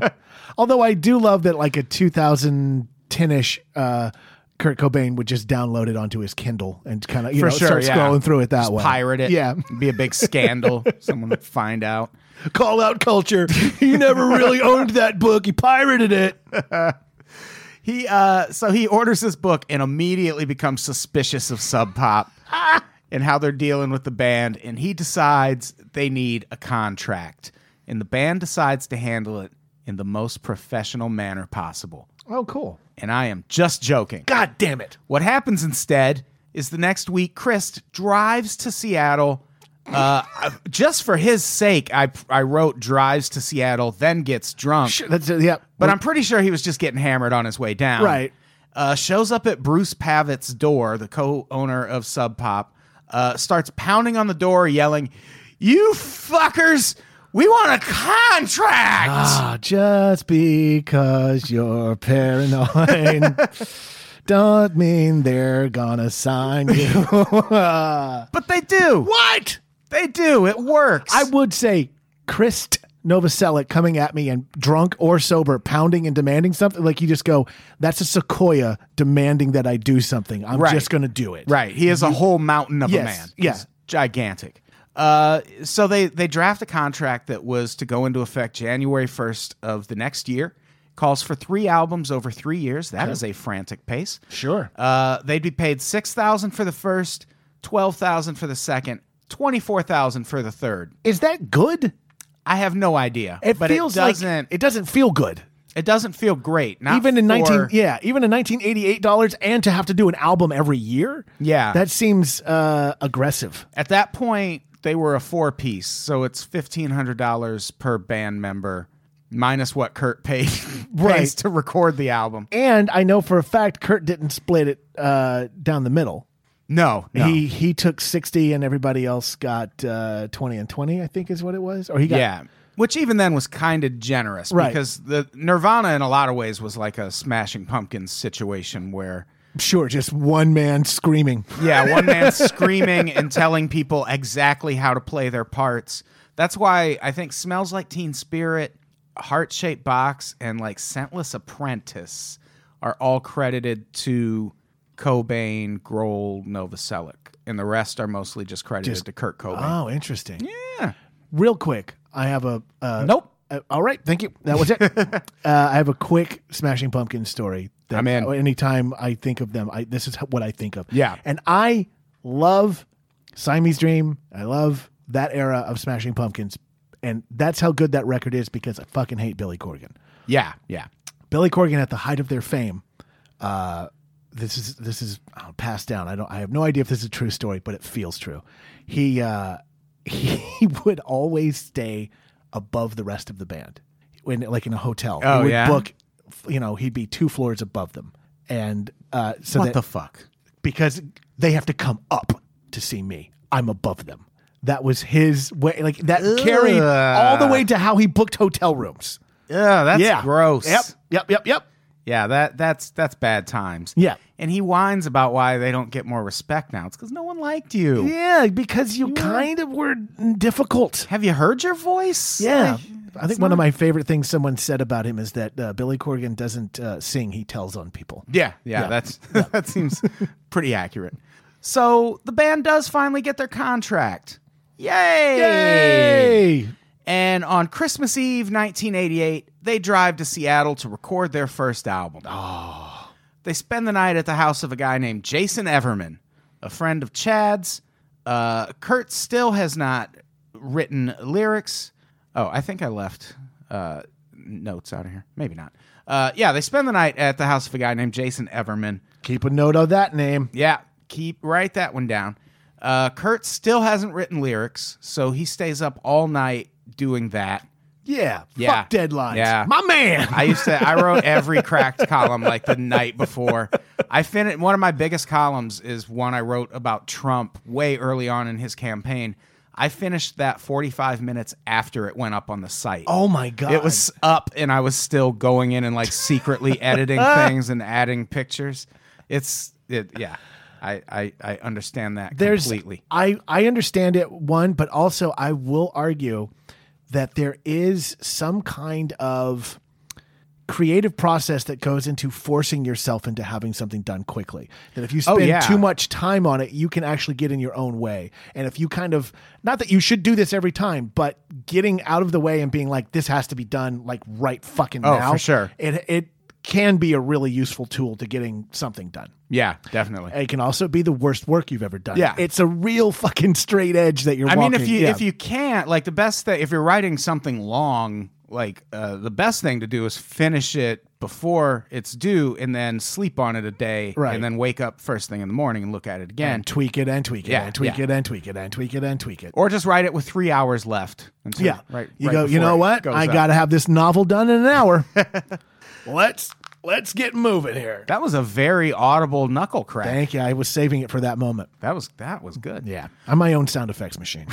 Speaker 3: Although I do love that, like a 2010 ish. Uh, Kurt Cobain would just download it onto his Kindle and kind of you know start scrolling through it that
Speaker 2: Just
Speaker 3: way.
Speaker 2: Pirate it.
Speaker 3: yeah.
Speaker 2: be a big scandal. Someone would find out.
Speaker 3: call out culture. He never really owned that book. He pirated it.
Speaker 2: He uh, so he orders this book and immediately becomes suspicious of Sub Pop and how they're dealing with the band, and he decides they need a contract, and the band decides to handle it in the most professional manner possible.
Speaker 3: Oh, cool.
Speaker 2: And I am just joking.
Speaker 3: God damn it.
Speaker 2: What happens instead is the next week, Chris drives to Seattle. Uh, just for his sake, I I wrote drives to Seattle, then gets drunk.
Speaker 3: Sure, that's uh, it. Yep.
Speaker 2: But I'm pretty sure he was just getting hammered on his way down.
Speaker 3: Right.
Speaker 2: Uh, shows up at Bruce Pavitt's door, the co-owner of Sub Pop. Uh, starts pounding on the door, yelling, "You fuckers! We want a contract!"
Speaker 3: ah, just because you're paranoid. Don't mean they're gonna sign you.
Speaker 2: But they do.
Speaker 3: what?
Speaker 2: They do. It works.
Speaker 3: I would say Christ Novoselic coming at me and drunk or sober, pounding and demanding something. Like you just go, that's a sequoia demanding that I do something. I'm
Speaker 2: Right.
Speaker 3: just gonna do it.
Speaker 2: Right. He is a whole mountain of
Speaker 3: Yes,
Speaker 2: a man.
Speaker 3: yeah.
Speaker 2: He's gigantic. Uh, so they they draft a contract that was to go into effect January first of the next year. Calls for three albums over three years. That is a frantic pace.
Speaker 3: Sure.
Speaker 2: Uh, they'd be paid six thousand for the first, twelve thousand for the second, twenty four thousand for the third.
Speaker 3: Is that good?
Speaker 2: I have no idea.
Speaker 3: It
Speaker 2: but
Speaker 3: feels
Speaker 2: it doesn't.
Speaker 3: like it doesn't feel good.
Speaker 2: it doesn't feel great. Not
Speaker 3: even in
Speaker 2: for-
Speaker 3: 19 yeah even in 1988 dollars and to have to do an album every year
Speaker 2: Yeah.
Speaker 3: that seems uh aggressive
Speaker 2: At that point, they were a four piece, so it's fifteen hundred dollars per band member, minus what Kurt paid
Speaker 3: Right.
Speaker 2: pays to record the album.
Speaker 3: and i know for a fact kurt didn't split it uh down the middle
Speaker 2: No, no.
Speaker 3: he he took 60 and everybody else got uh 20 and 20 i think is what it was or he got
Speaker 2: yeah, which even then was kind of generous
Speaker 3: Right.
Speaker 2: because the Nirvana, in a lot of ways, was like a Smashing Pumpkins situation where.
Speaker 3: sure just one man screaming
Speaker 2: Yeah, one man screaming and telling people exactly how to play their parts. That's why I think Smells Like Teen Spirit, Heart Shaped Box, and like Scentless Apprentice are all credited to Cobain, Grohl, Novoselic. And the rest are mostly just uh, credited to Kurt Cobain.
Speaker 3: oh interesting
Speaker 2: yeah.
Speaker 3: real quick i have a uh
Speaker 2: Nope.
Speaker 3: uh, all right, thank you. That was it. uh, I have a quick Smashing Pumpkins story. That uh,
Speaker 2: I'm in.
Speaker 3: Anytime I think of them, I this is what I think of.
Speaker 2: Yeah.
Speaker 3: and I love Siamese Dream. I love that era of Smashing Pumpkins, and that's how good that record is because I fucking hate Billy Corgan.
Speaker 2: Yeah, yeah.
Speaker 3: Billy Corgan at the height of their fame. Uh, this is this is uh, passed down. I don't. I have no idea if this is a true story, but it feels true. He uh, he would always stay above the rest of the band when like in a hotel.
Speaker 2: Oh,
Speaker 3: he would
Speaker 2: yeah?
Speaker 3: Book, you know, he'd be two floors above them, and uh, so
Speaker 2: what
Speaker 3: that,
Speaker 2: the fuck?
Speaker 3: because they have to come up to see me. I'm above them. That was his way. Like that carried all the way to how he booked hotel rooms.
Speaker 2: Yeah, that's
Speaker 3: yeah,
Speaker 2: gross.
Speaker 3: Yep, yep, yep, yep.
Speaker 2: Yeah, that that's that's bad times.
Speaker 3: Yeah.
Speaker 2: And he whines about why they don't get more respect now. It's because no one liked you.
Speaker 3: Yeah, because you kind of were difficult.
Speaker 2: Have you heard your voice?
Speaker 3: Yeah.
Speaker 2: Like,
Speaker 3: I think one of my favorite things someone said about him is that uh, Billy Corgan doesn't uh, sing; he tells on people.
Speaker 2: yeah, yeah, That's that seems pretty accurate. So the band does finally get their contract. Yay!
Speaker 3: Yay!
Speaker 2: And on Christmas Eve, 1988, they drive to Seattle to record their first album. Oh. They spend the night at the house of a guy named Jason Everman, a friend of Chad's. Uh, Kurt still has not written lyrics. Oh, I think I left uh, notes out of here. Maybe not. Uh, yeah, they spend the night at the house of a guy named Jason Everman.
Speaker 3: Keep a note of that name.
Speaker 2: Yeah, keep write that one down. Uh, Kurt still hasn't written lyrics, so he stays up all night doing that.
Speaker 3: Yeah.
Speaker 2: Yeah.
Speaker 3: Fuck deadlines.
Speaker 2: Yeah.
Speaker 3: My man.
Speaker 2: I used to. I wrote every cracked column like the night before. I finished one of my biggest columns is one I wrote about Trump way early on in his campaign. I finished that 45 minutes after it went up on the site.
Speaker 3: oh my god.
Speaker 2: It was up, and I was still going in and like secretly editing things and adding pictures. It's it, yeah. I, I I understand that
Speaker 3: There's,
Speaker 2: completely.
Speaker 3: I I understand it one, but also I will argue that there is some kind of creative process that goes into forcing yourself into having something done quickly. That if you
Speaker 2: Oh,
Speaker 3: spend
Speaker 2: yeah.
Speaker 3: too much time on it, you can actually get in your own way. And if you kind of not that you should do this every time, but getting out of the way and being like this has to be done like right fucking
Speaker 2: Oh,
Speaker 3: now.
Speaker 2: for sure.
Speaker 3: It it can be a really useful tool to getting something done.
Speaker 2: Yeah, definitely.
Speaker 3: It can also be the worst work you've ever done.
Speaker 2: Yeah.
Speaker 3: it's a real fucking straight edge that you're.
Speaker 2: I mean, if
Speaker 3: walking.
Speaker 2: you
Speaker 3: Yeah.
Speaker 2: if you can't, like the best thing, if you're writing something long, like uh, the best thing to do is finish it before it's due, and then sleep on it a day,
Speaker 3: Right.
Speaker 2: and then wake up first thing in the morning and look at it again,
Speaker 3: and tweak it and tweak it
Speaker 2: Yeah,
Speaker 3: and tweak
Speaker 2: yeah.
Speaker 3: it and tweak it and tweak it and tweak it.
Speaker 2: or just write it with three hours left. Until,
Speaker 3: yeah,
Speaker 2: right.
Speaker 3: You
Speaker 2: right
Speaker 3: go. You
Speaker 2: before
Speaker 3: know
Speaker 2: it
Speaker 3: what?
Speaker 2: goes
Speaker 3: I
Speaker 2: up.
Speaker 3: got to have this novel done in an hour. let's let's get moving here.
Speaker 2: That was a very audible knuckle crack.
Speaker 3: Thank you. I was saving it for that moment.
Speaker 2: That was that was good.
Speaker 3: Yeah, I'm my own sound effects machine.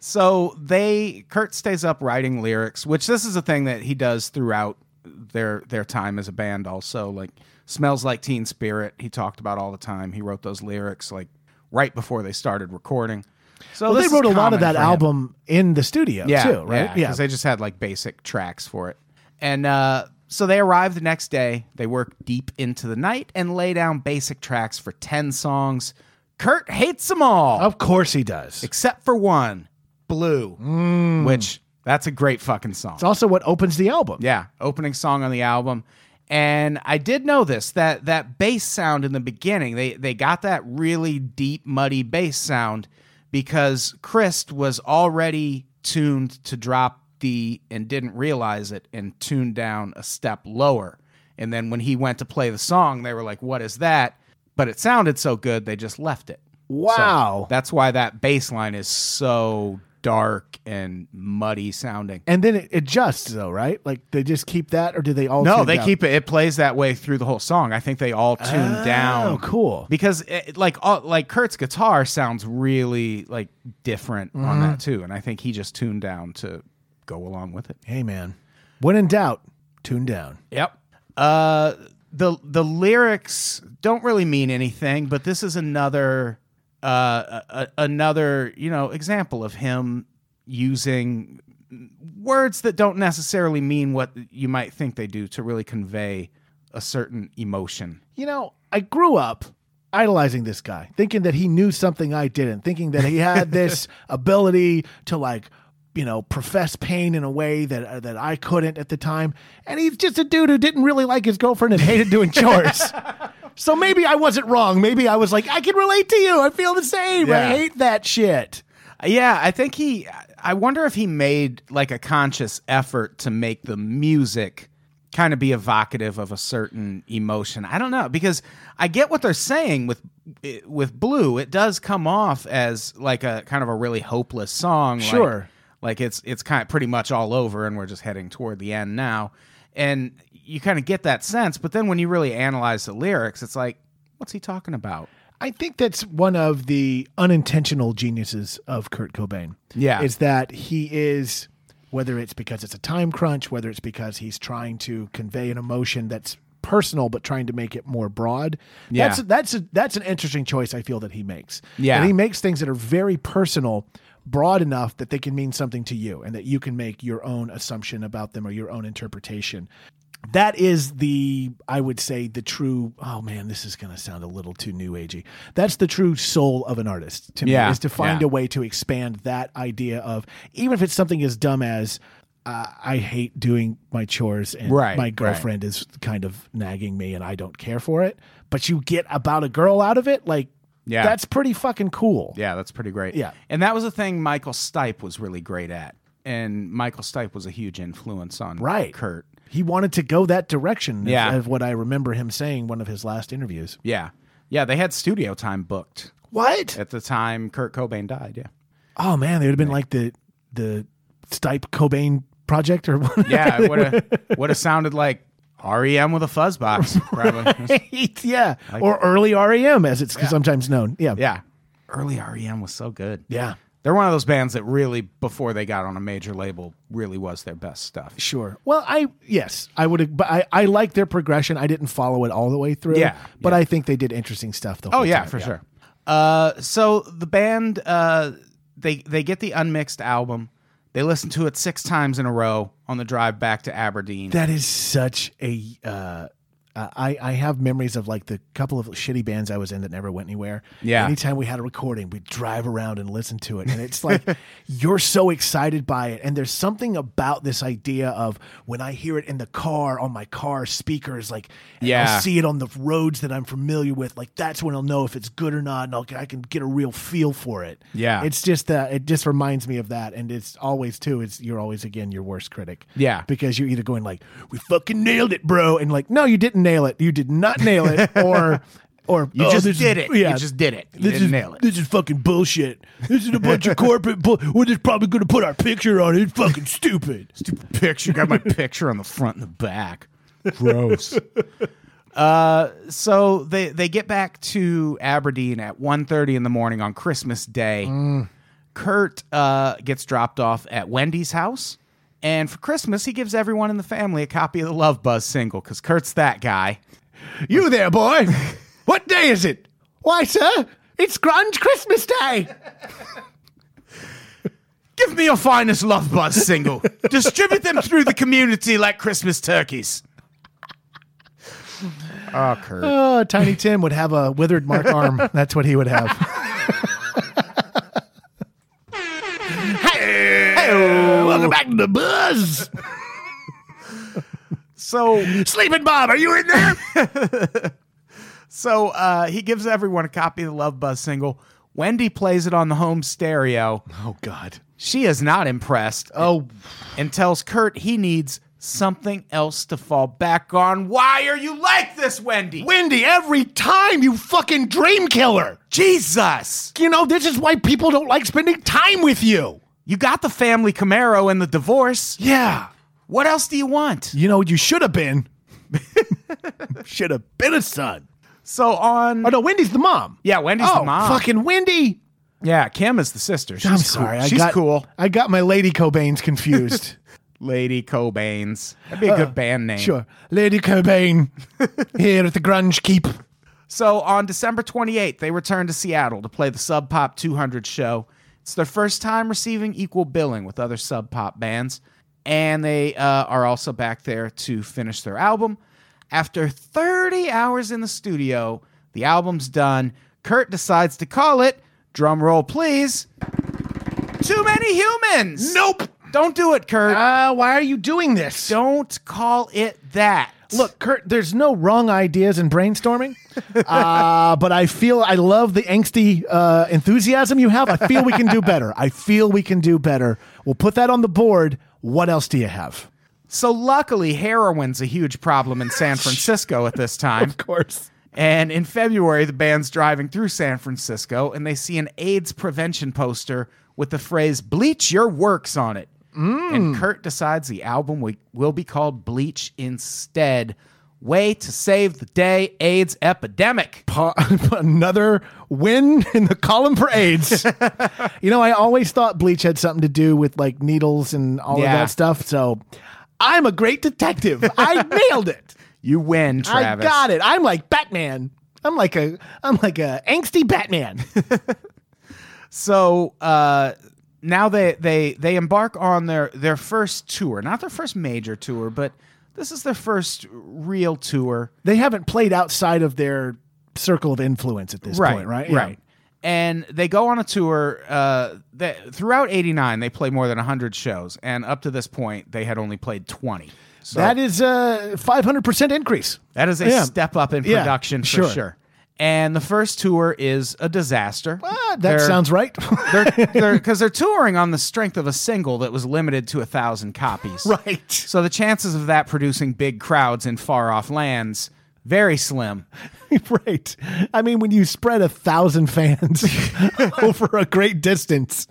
Speaker 2: So they Kurt stays up writing lyrics, which this is a thing that he does throughout their their time as a band also like smells like teen spirit he talked about all the time. He wrote those lyrics like right before they started recording. So
Speaker 3: well, they
Speaker 2: this
Speaker 3: wrote a
Speaker 2: is
Speaker 3: lot
Speaker 2: common
Speaker 3: of that
Speaker 2: for him.
Speaker 3: album in the studio
Speaker 2: yeah,
Speaker 3: too, right?
Speaker 2: Yeah, 'cause they just had like basic tracks for it. And uh, so they arrived the next day. They worked deep into the night and lay down basic tracks for 10 songs. Kurt hates them all
Speaker 3: of course he does. It's
Speaker 2: except for one, Blue, which that's a great fucking song.
Speaker 3: also what opens the album.
Speaker 2: Yeah, opening song on the album. And I did know this that that bass sound in the beginning, they they got that really deep muddy bass sound because Christ was already tuned to drop D and didn't realize it and tuned down a step lower. And then when he went to play the song, they were like, "What is that?" But it sounded so good, they just left it. So
Speaker 3: Wow.
Speaker 2: that's why that bass line is so dark and muddy sounding.
Speaker 3: and then it adjusts though, right? Like they just keep that, or do they all?
Speaker 2: No,
Speaker 3: tune
Speaker 2: they
Speaker 3: down?
Speaker 2: keep it. It plays that way through the whole song. I think they all tune down.
Speaker 3: Oh, cool.
Speaker 2: Because it, like all, like Kurt's guitar sounds really like different on that too, and I think he just tuned down to go along with it.
Speaker 3: Hey, man. When in doubt, tune down.
Speaker 2: Yep. Uh, the the lyrics don't really mean anything, but this is another uh a, a- another you know example of him using words that don't necessarily mean what you might think they do to really convey a certain emotion.
Speaker 3: You know, I grew up idolizing this guy, thinking that he knew something I didn't, thinking that he had this ability to like, you know, profess pain in a way that uh, that I couldn't at the time. And he's just a dude who didn't really like his girlfriend and hated doing chores. So maybe I wasn't wrong. Maybe I was like, I can relate to you. I feel the same.
Speaker 2: Yeah.
Speaker 3: I hate that shit.
Speaker 2: Yeah, I think he. I wonder if he made like a conscious effort to make the music kind of be evocative of a certain emotion. I don't know because I get what they're saying with with Blue. It does come off as like a kind of a really hopeless song. like-
Speaker 3: Sure.
Speaker 2: like it's it's kind of pretty much all over, and we're just heading toward the end now. And you kind of get that sense, but then when you really analyze the lyrics, it's like, what's he talking about?
Speaker 3: I think that's one of the unintentional geniuses of Kurt Cobain.
Speaker 2: Yeah.
Speaker 3: Is that he is, whether it's because it's a time crunch, whether it's because he's trying to convey an emotion that's personal but trying to make it more broad.
Speaker 2: Yeah.
Speaker 3: That's that's a, that's an interesting choice I feel that he makes.
Speaker 2: Yeah.
Speaker 3: And he makes things that are very personal broad enough that they can mean something to you and that you can make your own assumption about them or your own interpretation that is the i would say the true oh man this is going to sound a little too new agey that's the true soul of an artist to
Speaker 2: Yeah,
Speaker 3: me is to find
Speaker 2: yeah.
Speaker 3: a way to expand that idea of even if it's something as dumb as uh, i hate doing my chores and
Speaker 2: Right,
Speaker 3: my
Speaker 2: right.
Speaker 3: girlfriend is kind of nagging me and i don't care for it but you get about a girl out of it like
Speaker 2: Yeah.
Speaker 3: that's pretty fucking cool
Speaker 2: Yeah, that's pretty great.
Speaker 3: Yeah.
Speaker 2: And that was a thing Michael Stipe was really great at. And Michael Stipe was a huge influence on
Speaker 3: Right.
Speaker 2: Kurt.
Speaker 3: he wanted to go that direction.
Speaker 2: Yeah.
Speaker 3: Of, what I remember him saying one of his last interviews.
Speaker 2: Yeah. Yeah, they had studio time booked
Speaker 3: What?
Speaker 2: at the time Kurt Cobain died. Yeah.
Speaker 3: Oh man, they would have been like the the Stipe Cobain project or whatever.
Speaker 2: Yeah, it would have would have sounded like REM with a fuzz box. Probably.
Speaker 3: yeah. or early REM as it's sometimes known. Yeah.
Speaker 2: yeah. Early REM was so good.
Speaker 3: Yeah.
Speaker 2: They're one of those bands that really, before they got on a major label, really was their best stuff.
Speaker 3: Sure. Well, I yes, I would. But I I like their progression. I didn't follow it all the way through.
Speaker 2: Yeah,
Speaker 3: But I think they did interesting stuff. The whole
Speaker 2: Oh yeah,
Speaker 3: time,
Speaker 2: for sure. Uh, so the band uh, they they get the unmixed album. They listen to it six times in a row on the drive back to Aberdeen.
Speaker 3: That is such a. Uh, uh, I I have memories of like the couple of shitty bands I was in that never went anywhere.
Speaker 2: Yeah.
Speaker 3: Anytime we had a recording, we'd drive around and listen to it, and it's like you're so excited by it. And there's something about this idea of when I hear it in the car on my car speakers, like and
Speaker 2: Yeah.
Speaker 3: I'll see it on the roads that I'm familiar with. Like that's when I'll know if it's good or not, and I'll, I can get a real feel for it.
Speaker 2: Yeah.
Speaker 3: It's just that it just reminds me of that, and it's always too. It's you're always again your worst critic.
Speaker 2: Yeah.
Speaker 3: Because you're either going like, "We fucking nailed it, bro," and like, "No, you didn't nail it. You did not nail it," or, or
Speaker 2: you
Speaker 3: "Oh,
Speaker 2: just
Speaker 3: this is-
Speaker 2: did it.
Speaker 3: Yeah,
Speaker 2: You just did it. You
Speaker 3: this
Speaker 2: didn't
Speaker 3: is
Speaker 2: nail it.
Speaker 3: this is fucking bullshit. This is a bunch of corporate. Bull- we're just probably gonna put our picture on it. It's fucking stupid.
Speaker 2: Stupid picture. Got my picture on the front and the back. Gross. uh, so they they get back to Aberdeen at 1.30 in the morning on Christmas Day.
Speaker 3: Mm.
Speaker 2: Kurt uh, gets dropped off at Wendy's house, and for Christmas he gives everyone in the family a copy of the Love Buzz single because Kurt's that guy.
Speaker 3: You there, boy? What day is it? Why, sir? It's Grunge Christmas Day.
Speaker 2: Give me your finest Love Buzz single. Distribute them through the community like Christmas turkeys. Oh, Kurt.
Speaker 3: Oh, Tiny Tim would have a withered mark arm. That's what he would have. hey, welcome back to the buzz.
Speaker 2: So
Speaker 3: Sleeping Bob, are you in there?
Speaker 2: So uh, he gives everyone a copy of the Love Buzz single. Wendy plays it on the home stereo.
Speaker 3: oh God.
Speaker 2: She is not impressed
Speaker 3: Oh,
Speaker 2: and tells Kurt he needs something else to fall back on. Why are you like this, Wendy?
Speaker 3: Wendy, every time you fucking dream killer.
Speaker 2: Jesus!
Speaker 3: You know this is why people don't like spending time with you.
Speaker 2: You got the family Camaro and the divorce.
Speaker 3: Yeah.
Speaker 2: What else do you want?
Speaker 3: You know what you should have been. should have been a son.
Speaker 2: So on.
Speaker 3: Oh no, Wendy's the mom.
Speaker 2: Yeah, Wendy's
Speaker 3: oh,
Speaker 2: the mom.
Speaker 3: Fucking Wendy.
Speaker 2: Yeah, Kim is the sister. She's
Speaker 3: I'm
Speaker 2: cool.
Speaker 3: sorry. I
Speaker 2: She's
Speaker 3: got,
Speaker 2: cool.
Speaker 3: I got my Lady Cobain's confused.
Speaker 2: Lady Cobain's. That'd be a good band name.
Speaker 3: Uh, sure. Lady Cobain here at the Grunge Keep.
Speaker 2: So on December 28th, they return to Seattle to play the Sub Pop 200 show. It's their first time receiving equal billing with other Sub Pop bands, and they uh, are also back there to finish their album. After 30 hours in the studio, the album's done. Kurt decides to call it, drum roll please, Too Many Humans.
Speaker 3: Nope.
Speaker 2: Don't do it, Kurt.
Speaker 3: Uh, why are you doing this?
Speaker 2: Don't call it that.
Speaker 3: Look, Kurt, there's no wrong ideas in brainstorming, uh, but I feel I love the angsty uh, enthusiasm you have. I feel we can do better. I feel we can do better. We'll put that on the board. What else do you have?
Speaker 2: So luckily, heroin's a huge problem in San Francisco at this time.
Speaker 3: course.
Speaker 2: And in February, the band's driving through San Francisco and they see an AIDS prevention poster with the phrase "Bleach your works" on it.
Speaker 3: Mm.
Speaker 2: And Kurt decides the album wi- will be called Bleach instead. Way to save the day, AIDS epidemic.
Speaker 3: another win in the column for AIDS. you know, I always thought bleach had something to do with like needles and all
Speaker 2: Yeah.
Speaker 3: of that stuff. So I'm a great detective. I nailed it.
Speaker 2: You win, Travis.
Speaker 3: I got it. I'm like Batman. I'm like a I'm like a angsty Batman.
Speaker 2: So uh, now they, they they embark on their their first tour, not their first major tour, but this is their first real tour.
Speaker 3: they haven't played outside of their circle of influence at this point, right? Yeah.
Speaker 2: Right. And they go on a tour. Uh, that throughout '89, they play more than 100 shows, and up to this point, they had only played 20. So
Speaker 3: That is a 500% increase.
Speaker 2: that is a
Speaker 3: Yeah.
Speaker 2: step up in
Speaker 3: Yeah,
Speaker 2: production for
Speaker 3: sure.
Speaker 2: sure. And the first tour is a disaster.
Speaker 3: Ah, that
Speaker 2: They're-
Speaker 3: sounds right.
Speaker 2: they're they're because they're touring on the strength of a single that was limited to a thousand copies.
Speaker 3: right.
Speaker 2: So the chances of that producing big crowds in far off lands very slim.
Speaker 3: right. I mean, when you spread a thousand fans over a great distance,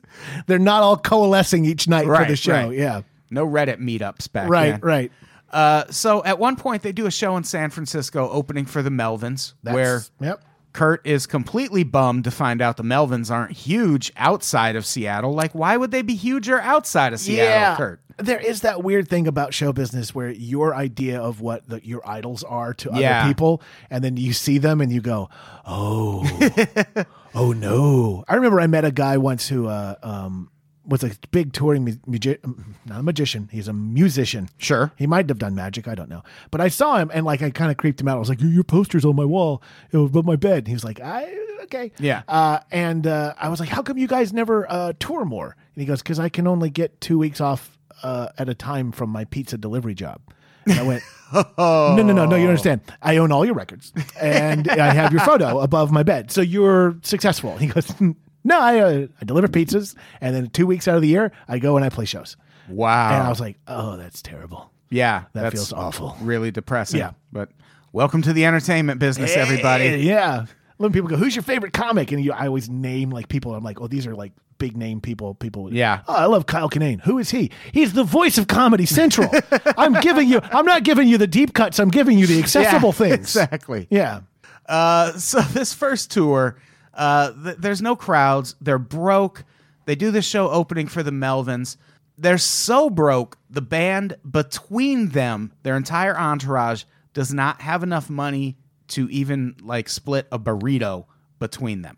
Speaker 3: they're not all coalescing each night for the
Speaker 2: Right,
Speaker 3: show.
Speaker 2: right.
Speaker 3: Yeah.
Speaker 2: No Reddit meetups back
Speaker 3: Right,
Speaker 2: then.
Speaker 3: right.
Speaker 2: Uh, so at one point they do a show in San Francisco, opening for the Melvins, where
Speaker 3: yep.
Speaker 2: Kurt is completely bummed to find out the Melvins aren't huge outside of Seattle. Like, why would they be huger outside of Seattle, Kurt?
Speaker 3: There is that weird thing about show business where your idea of what the, your idols are to
Speaker 2: Yeah.
Speaker 3: other people, and then you see them and you go, oh, oh no. I remember I met a guy once who uh, um, was a big touring, mu- magi- not a magician, he's a musician.
Speaker 2: Sure.
Speaker 3: He might have done magic. I don't know. But I saw him and like I kind of creeped him out. I was like, "Your- "Your poster's on my wall you know, above my bed." And he was like, "I okay."
Speaker 2: Yeah.
Speaker 3: Uh, and uh, I was like, "How come you guys never uh, tour more?" And he goes, "Because I can only get two weeks off uh, at a time from my pizza delivery job." And I went,
Speaker 2: Oh.
Speaker 3: "No, no, no, no. You don't understand. I own all your records, and I have your photo above my bed. So you're successful." And he goes. "Hmm, No, I uh, I deliver pizzas, and then two weeks out of the year, I go and I play shows.
Speaker 2: Wow.
Speaker 3: And I was like, "Oh, that's terrible."
Speaker 2: yeah,
Speaker 3: That
Speaker 2: that's
Speaker 3: feels awful.
Speaker 2: really depressing.
Speaker 3: Yeah.
Speaker 2: But welcome to the entertainment business,
Speaker 3: Eh,
Speaker 2: everybody.
Speaker 3: yeah. When people go, who's your favorite comic? And you, I always name like people. I'm like, oh, these are like big name people. People.
Speaker 2: Yeah.
Speaker 3: Oh, I love Kyle Kinane. Who is he? He's the voice of Comedy Central. I'm giving you. I'm not giving you the deep cuts. I'm giving you the accessible
Speaker 2: Yeah,
Speaker 3: things.
Speaker 2: Exactly.
Speaker 3: Yeah.
Speaker 2: Uh, so this first tour, uh, th- there's no crowds. They're broke. They do this show opening for the Melvins. They're so broke, the band between them, their entire entourage, does not have enough money to even like split a burrito between them.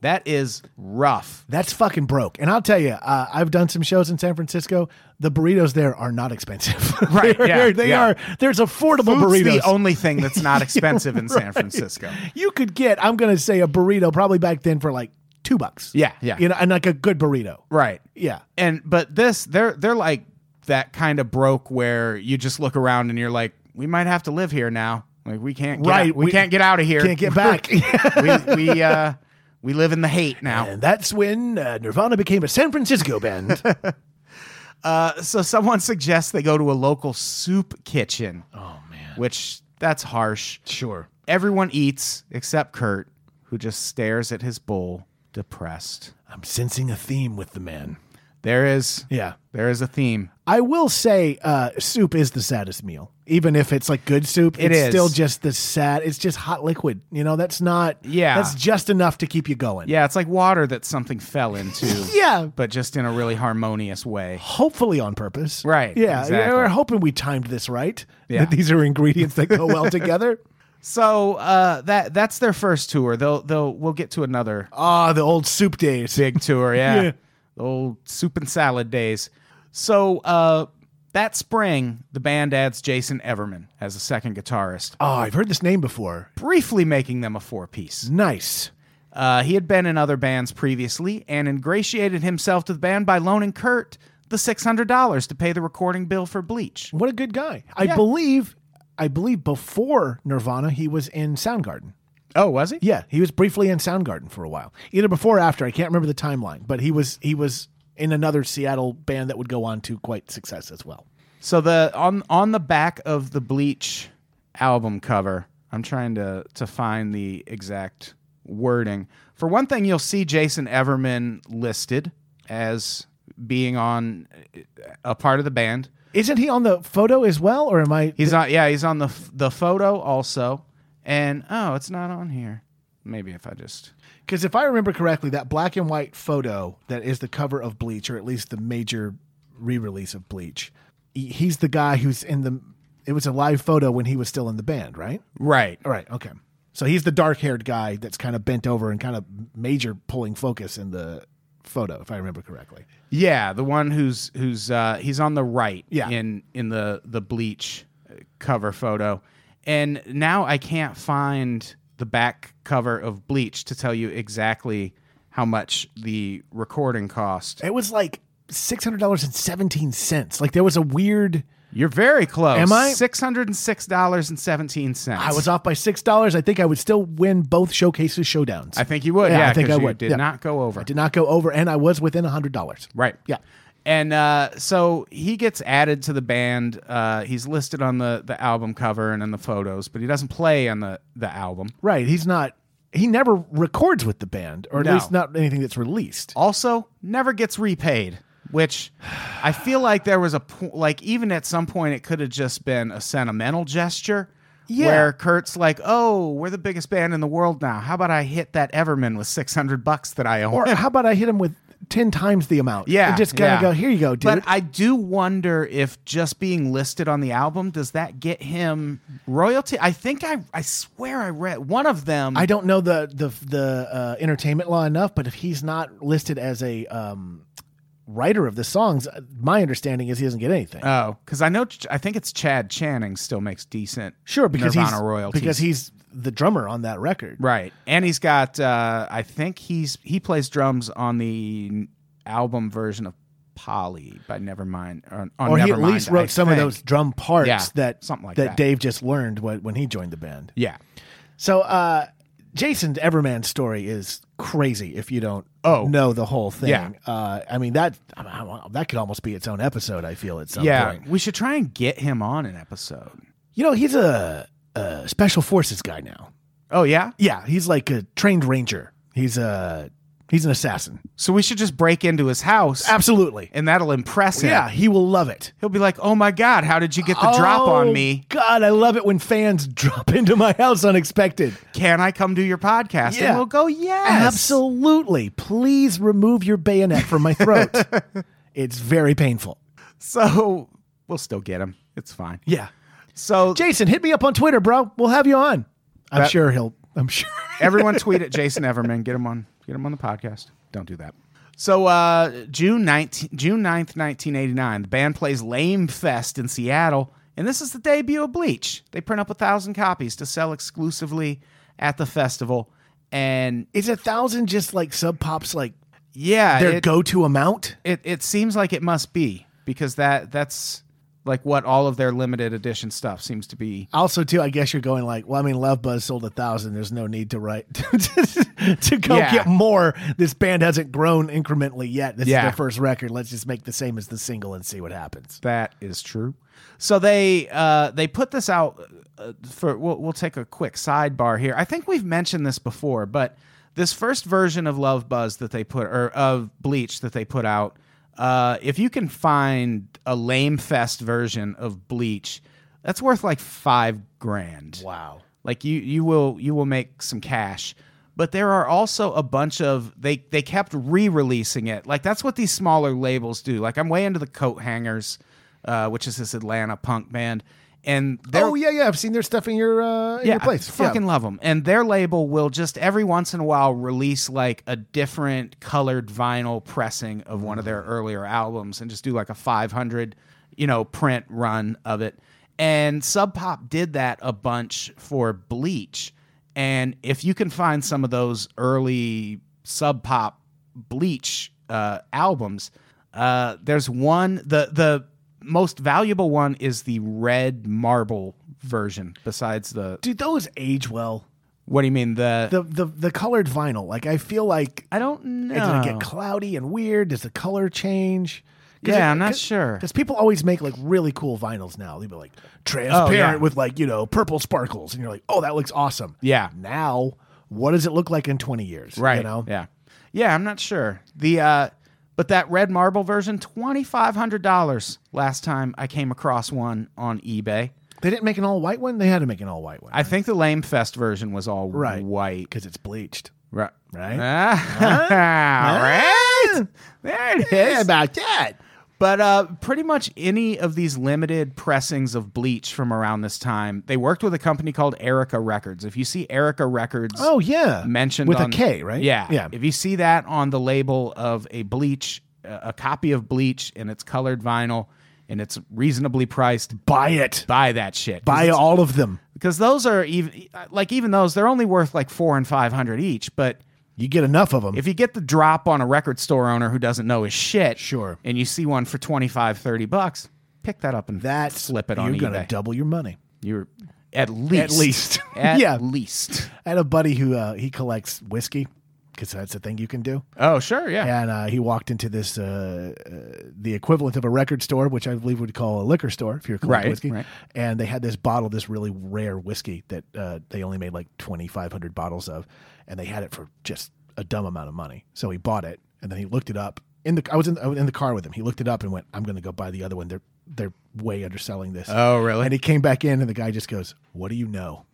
Speaker 2: That is rough.
Speaker 3: That's fucking broke. And I'll tell you, uh, I've done some shows in San Francisco. The burritos there are not expensive.
Speaker 2: Right,
Speaker 3: They're-
Speaker 2: yeah,
Speaker 3: they're- they
Speaker 2: yeah.
Speaker 3: are. There's affordable
Speaker 2: Food's
Speaker 3: burritos.
Speaker 2: the only thing that's not expensive in San Francisco.
Speaker 3: you could get, I'm going to say, a burrito probably back then for like two bucks.
Speaker 2: Yeah, yeah.
Speaker 3: You know, and like a good burrito.
Speaker 2: Right.
Speaker 3: Yeah.
Speaker 2: and but this they're they're like that kind of broke where you just look around and you're like we might have to live here now like we can't get
Speaker 3: Right,
Speaker 2: we,
Speaker 3: we
Speaker 2: can't get out of here
Speaker 3: Can't get back.
Speaker 2: we we uh we live in the hate now
Speaker 3: and that's when uh, Nirvana became a San Francisco band.
Speaker 2: uh, so someone suggests they go to a local soup kitchen
Speaker 3: oh man.
Speaker 2: which that's harsh
Speaker 3: Sure.
Speaker 2: everyone eats except Kurt who just stares at his bowl depressed
Speaker 3: I'm sensing a theme with the man.
Speaker 2: there is
Speaker 3: Yeah.
Speaker 2: there is a theme
Speaker 3: I will say uh, soup is the saddest meal. Even if it's like good soup,
Speaker 2: It
Speaker 3: it's
Speaker 2: is.
Speaker 3: still just the sad it's just hot liquid. You know, that's not
Speaker 2: Yeah.
Speaker 3: That's just enough to keep you going.
Speaker 2: yeah it's like water that something fell into
Speaker 3: Yeah.
Speaker 2: but just in a really harmonious way
Speaker 3: Hopefully on purpose.
Speaker 2: Right,
Speaker 3: Yeah.
Speaker 2: exactly.
Speaker 3: We're hoping we timed this right.
Speaker 2: Yeah.
Speaker 3: That these are ingredients that go well together.
Speaker 2: So uh, that that's their first tour. They'll they'll we'll get to another
Speaker 3: Ah, the old soup days.
Speaker 2: big tour. Yeah,
Speaker 3: Yeah.
Speaker 2: The old soup and salad days. So uh, that spring, the band adds Jason Everman as a second guitarist,
Speaker 3: Oh, I've heard this name before.
Speaker 2: briefly making them a four piece.
Speaker 3: Nice.
Speaker 2: Uh, he had been in other bands previously and ingratiated himself to the band by loaning Kurt the six hundred dollars to pay the recording bill for Bleach.
Speaker 3: What a good guy. I
Speaker 2: Yeah.
Speaker 3: believe I believe before Nirvana, he was in Soundgarden.
Speaker 2: Oh, was he?
Speaker 3: Yeah, he was briefly in Soundgarden for a while, either before or after. I can't remember the timeline, but he was he was in another Seattle band that would go on to quite success as well.
Speaker 2: So the on on the back of the Bleach album cover, I'm trying to to find the exact wording. For one thing, you'll see Jason Everman listed as being on uh, a part of the band.
Speaker 3: Isn't he on the photo as well, or am I?
Speaker 2: He's on yeah, he's on the f- the photo also. And oh, it's not on here. Maybe if I just
Speaker 3: Because if I remember correctly, that black and white photo that is the cover of Bleach, or at least the major re-release of Bleach, he- he's the guy who's in the. It was a live photo when he was still in the band, right?
Speaker 2: Right.
Speaker 3: All right. Okay. So he's the dark-haired guy that's kind of bent over and kind of major pulling focus in the photo, if I remember correctly.
Speaker 2: Yeah, the one who's who's uh, he's on the right.
Speaker 3: Yeah.
Speaker 2: in in the the bleach uh, cover photo, and now I can't find the back cover of Bleach to tell you exactly how much the recording cost.
Speaker 3: It was like six hundred dollars and seventeen cents. Like there was a weird.
Speaker 2: You're very close.
Speaker 3: Am I?
Speaker 2: Six hundred and six dollars and seventeen cents.
Speaker 3: I was off by six dollars. I think I would still win both showcases showdowns.
Speaker 2: I think you would.
Speaker 3: Yeah, I
Speaker 2: Yeah,
Speaker 3: think
Speaker 2: 'cause
Speaker 3: I
Speaker 2: you
Speaker 3: would.
Speaker 2: Did
Speaker 3: Yeah.
Speaker 2: not go over.
Speaker 3: I did not go over, and I was within hundred dollars.
Speaker 2: Right.
Speaker 3: Yeah.
Speaker 2: And uh, so he gets added to the band. Uh, he's listed on the, the album cover and in the photos, but he doesn't play on the, the album.
Speaker 3: Right. He's not. He never records with the band, or at
Speaker 2: No.
Speaker 3: least not anything that's released.
Speaker 2: Also, never gets repaid, which I feel like there was a point, like, even at some point, it could have just been a sentimental gesture.
Speaker 3: Yeah.
Speaker 2: Where Kurt's like, oh, we're the biggest band in the world now. How about I hit that Everman with 600 bucks that I owe?
Speaker 3: Or how about I hit him with ten times the amount?
Speaker 2: Yeah.
Speaker 3: And just kind
Speaker 2: yeah.
Speaker 3: of go. Here you go, dude.
Speaker 2: But I do wonder if just being listed on the album, does that get him royalty? I think I I swear I read one of them.
Speaker 3: I don't know the the the uh, entertainment law enough, but if he's not listed as a um, writer of the songs, uh, my understanding is he doesn't get anything.
Speaker 2: Oh, because I know Ch- I think it's Chad Channing still makes decent
Speaker 3: sure, because
Speaker 2: Nirvana
Speaker 3: he's
Speaker 2: royalties.
Speaker 3: because he's the drummer on that record.
Speaker 2: right, and he's got uh, I think he's he plays drums on the n- album version of Polly by Nevermind or, on
Speaker 3: Or he at
Speaker 2: Nevermind,
Speaker 3: least wrote
Speaker 2: oh, I
Speaker 3: some of
Speaker 2: think.
Speaker 3: those drum parts
Speaker 2: Yeah,
Speaker 3: that
Speaker 2: something like that.
Speaker 3: Dave just learned when, when he joined the band.
Speaker 2: Yeah.
Speaker 3: So uh, Jason Everman's story is crazy if you don't
Speaker 2: Oh.
Speaker 3: know the whole thing.
Speaker 2: Yeah.
Speaker 3: Uh, I mean that I mean, that could almost be its own episode. I feel at some
Speaker 2: yeah,
Speaker 3: point.
Speaker 2: we should try and get him on an episode.
Speaker 3: You know he's a, a special forces guy now.
Speaker 2: Oh yeah,
Speaker 3: Yeah, he's like a trained ranger. He's a he's an assassin.
Speaker 2: so we should just break into his house,
Speaker 3: Absolutely.
Speaker 2: and that'll impress him.
Speaker 3: Yeah, he will love it.
Speaker 2: He'll be like, "Oh my god, how did you get the drop
Speaker 3: Oh,
Speaker 2: on me?
Speaker 3: God, I love it when fans drop into my house unexpected.
Speaker 2: Can I come do your podcast?"
Speaker 3: Yeah.
Speaker 2: And we'll go, "Yes,
Speaker 3: Absolutely. Please remove your bayonet from my throat. it's very painful.
Speaker 2: So we'll still get him. It's fine.
Speaker 3: Yeah.
Speaker 2: So
Speaker 3: Jason, hit me up on Twitter, bro. We'll have you on. I'm
Speaker 2: That-
Speaker 3: sure he'll I'm sure.
Speaker 2: everyone tweet at Jason Everman. Get him on. Get him on the podcast. Don't do that. So uh, June 19, June 9th, nineteen eighty nine. The band plays Lame Fest in Seattle, and this is the debut of Bleach. They print up a thousand copies to sell exclusively at the festival. And
Speaker 3: Is a thousand just like sub pops like
Speaker 2: yeah,
Speaker 3: their
Speaker 2: it-
Speaker 3: go to amount?
Speaker 2: It it seems like it must be because that that's like what all of their limited edition stuff seems to be.
Speaker 3: Also, too, I guess you're going like, well, I mean, Love Buzz sold a thousand. There's no need to write to go
Speaker 2: Yeah.
Speaker 3: get more. This band hasn't grown incrementally yet. This is
Speaker 2: Yeah.
Speaker 3: their first record. Let's just make the same as the single and see what happens.
Speaker 2: That is true. So they uh, they put this out uh, for. We'll, we'll take a quick sidebar here. I think we've mentioned this before, but this first version of Love Buzz that they put or of Bleach that they put out. Uh, if you can find a lame fest version of Bleach, that's worth like five grand.
Speaker 3: Wow.
Speaker 2: Like you you will you will make some cash. But there are also a bunch of they they kept re-releasing it. Like that's what these smaller labels do. Like I'm way into the Coat Hangers, uh, which is this Atlanta punk band, and they're
Speaker 3: oh yeah, yeah. I've seen their stuff in your uh, in
Speaker 2: yeah,
Speaker 3: your place.
Speaker 2: I fucking love 'em. love them. And their label will just every once in a while release like a different colored vinyl pressing of one of their
Speaker 3: Mm.
Speaker 2: earlier albums and just do like a 500, you know, print run of it. And Sub Pop did that a bunch for Bleach. And if you can find some of those early Sub Pop Bleach uh, albums, uh, there's one the the most valuable one is the red marble version besides the?
Speaker 3: Do those age well?
Speaker 2: What do you mean the?
Speaker 3: The the the colored vinyl. Like I feel like
Speaker 2: I don't know.
Speaker 3: Does it get cloudy and weird? Does the color change?
Speaker 2: Yeah, I'm not sure. Oh,
Speaker 3: Because people always make like really cool vinyls now. They'll be like transparent
Speaker 2: yeah.
Speaker 3: with like, you know, purple sparkles. And you're like, oh, that looks awesome.
Speaker 2: Yeah.
Speaker 3: Now, what does it look like in 20 years?
Speaker 2: right.
Speaker 3: You know?
Speaker 2: Yeah. Yeah, I'm not sure. The uh, but that red marble version, twenty five hundred dollars. Last time I came across one on eBay.
Speaker 3: They didn't make an all white one. They had to make an all white one.
Speaker 2: I think the Lame Fest version was all
Speaker 3: Right.
Speaker 2: white.
Speaker 3: Because it's bleached.
Speaker 2: Right.
Speaker 3: Right?
Speaker 2: Ah, right. There it is.
Speaker 3: about that.
Speaker 2: But uh, pretty much any of these limited pressings of Bleach from around this time, they worked with a company called Erica Records. If you see Erica Records
Speaker 3: Oh, yeah.
Speaker 2: mentioned
Speaker 3: With
Speaker 2: on-
Speaker 3: a K, right?
Speaker 2: Yeah,
Speaker 3: Yeah.
Speaker 2: If you see that on the label of a Bleach, uh, a copy of Bleach, and it's colored vinyl, and it's reasonably priced,
Speaker 3: Buy it.
Speaker 2: buy that shit. 'Cause
Speaker 3: Buy
Speaker 2: it's-
Speaker 3: all of them.
Speaker 2: because those are even like even those they're only worth like four and five hundred each, but
Speaker 3: You get enough of them.
Speaker 2: if you get the drop on a record store owner who doesn't know his shit
Speaker 3: Sure.
Speaker 2: and you see one for 25 30 bucks pick that up and
Speaker 3: That's
Speaker 2: flip it
Speaker 3: you're
Speaker 2: on
Speaker 3: gonna
Speaker 2: ebay
Speaker 3: double your money.
Speaker 2: you're at least
Speaker 3: least.
Speaker 2: at
Speaker 3: Yeah.
Speaker 2: least
Speaker 3: I had a buddy who uh, he collects whiskey because that's a thing you can do.
Speaker 2: oh sure yeah,
Speaker 3: And uh, he walked into this, uh, uh, the equivalent of a record store, which I believe would call a liquor store if you're collecting
Speaker 2: Right,
Speaker 3: whiskey.
Speaker 2: right.
Speaker 3: And they had this bottle, this really rare whiskey that uh, they only made like 2,500 bottles of. And they had it for just a dumb amount of money. So he bought it and then he looked it up. In the, I was in, I was in the car with him. He looked it up and went, I'm going to go buy the other one. They're, they're way underselling this.
Speaker 2: oh really
Speaker 3: And he came back in and the guy just goes, What do you know?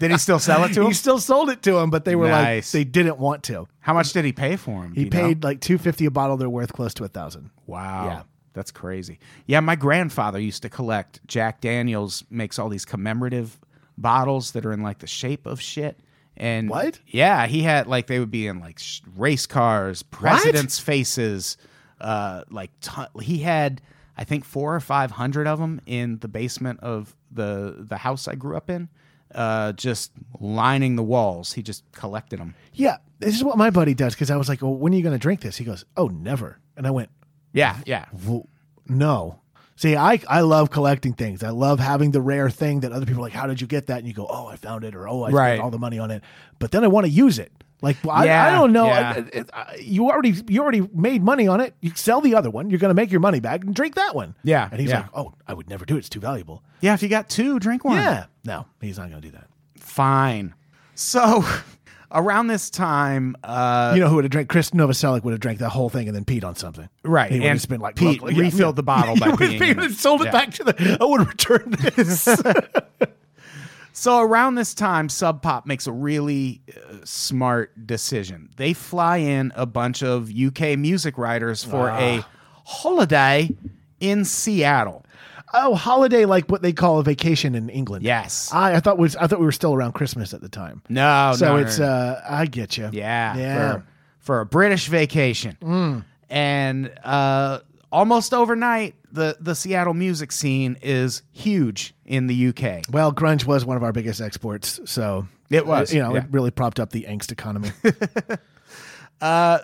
Speaker 2: did he still sell it to him
Speaker 3: He still sold it to him, but they were
Speaker 2: Nice.
Speaker 3: like, they didn't want to.
Speaker 2: how much did he pay for him do
Speaker 3: He
Speaker 2: you know?
Speaker 3: paid like 250 a bottle. They're worth close to a thousand.
Speaker 2: wow
Speaker 3: Yeah.
Speaker 2: that's crazy yeah my grandfather used to collect jack daniels makes all these commemorative bottles that are in like the shape of shit and
Speaker 3: What?
Speaker 2: Yeah, he had like they would be in like sh- race cars, presidents' faces. Uh, like ton- he had, I think four or five hundred of them in the basement of the the house I grew up in. Uh, just lining the walls. He just collected them.
Speaker 3: Yeah, this is what my buddy does because I was like, well, when are you going to drink this? He goes, oh, never. And I went,
Speaker 2: Yeah, yeah,
Speaker 3: well, no. See, I, I love collecting things. I love having the rare thing that other people are like, how did you get that? And you go, oh, I found it, or oh, I
Speaker 2: Right.
Speaker 3: spent all the money on it. But then I want to use it. Like, well, I, I
Speaker 2: Yeah,
Speaker 3: don't know.
Speaker 2: yeah.
Speaker 3: I- I- I- you already you already made money on it. You sell the other one. You're going to make your money back and drink that one.
Speaker 2: Yeah,
Speaker 3: And he's
Speaker 2: yeah.
Speaker 3: like, oh, I would never do it. It's too valuable.
Speaker 2: yeah. If you got two, drink one.
Speaker 3: Yeah. No, he's not going to do that.
Speaker 2: fine. So around this time, uh,
Speaker 3: you know who would have drank? Chris Novoselic would have drank that whole thing and then peed on something.
Speaker 2: Right,
Speaker 3: And he would
Speaker 2: and
Speaker 3: have been like,
Speaker 2: Pete
Speaker 3: "Look, yeah,
Speaker 2: refilled the bottle
Speaker 3: He
Speaker 2: by
Speaker 3: would have
Speaker 2: peeing
Speaker 3: peed
Speaker 2: in it.
Speaker 3: and sold
Speaker 2: Yeah.
Speaker 3: it back to the. I would return this.
Speaker 2: So around this time, Sub Pop makes a really uh, smart decision. They fly in a bunch of UK music writers for
Speaker 3: Ah.
Speaker 2: a holiday in Seattle.
Speaker 3: oh, holiday like what they call a vacation in England.
Speaker 2: Yes.
Speaker 3: I, I thought was I thought we were still around Christmas at the time.
Speaker 2: No,
Speaker 3: Ah. so
Speaker 2: no, no,
Speaker 3: it's
Speaker 2: no.
Speaker 3: uh, I get you.
Speaker 2: yeah,
Speaker 3: yeah. Mm.
Speaker 2: For, for a British vacation. And uh, almost overnight, the the Seattle music scene is huge in the UK.
Speaker 3: well, grunge was one of our biggest exports, so uh,
Speaker 2: It was,
Speaker 3: You know,
Speaker 2: yeah.
Speaker 3: it really propped up the angst economy.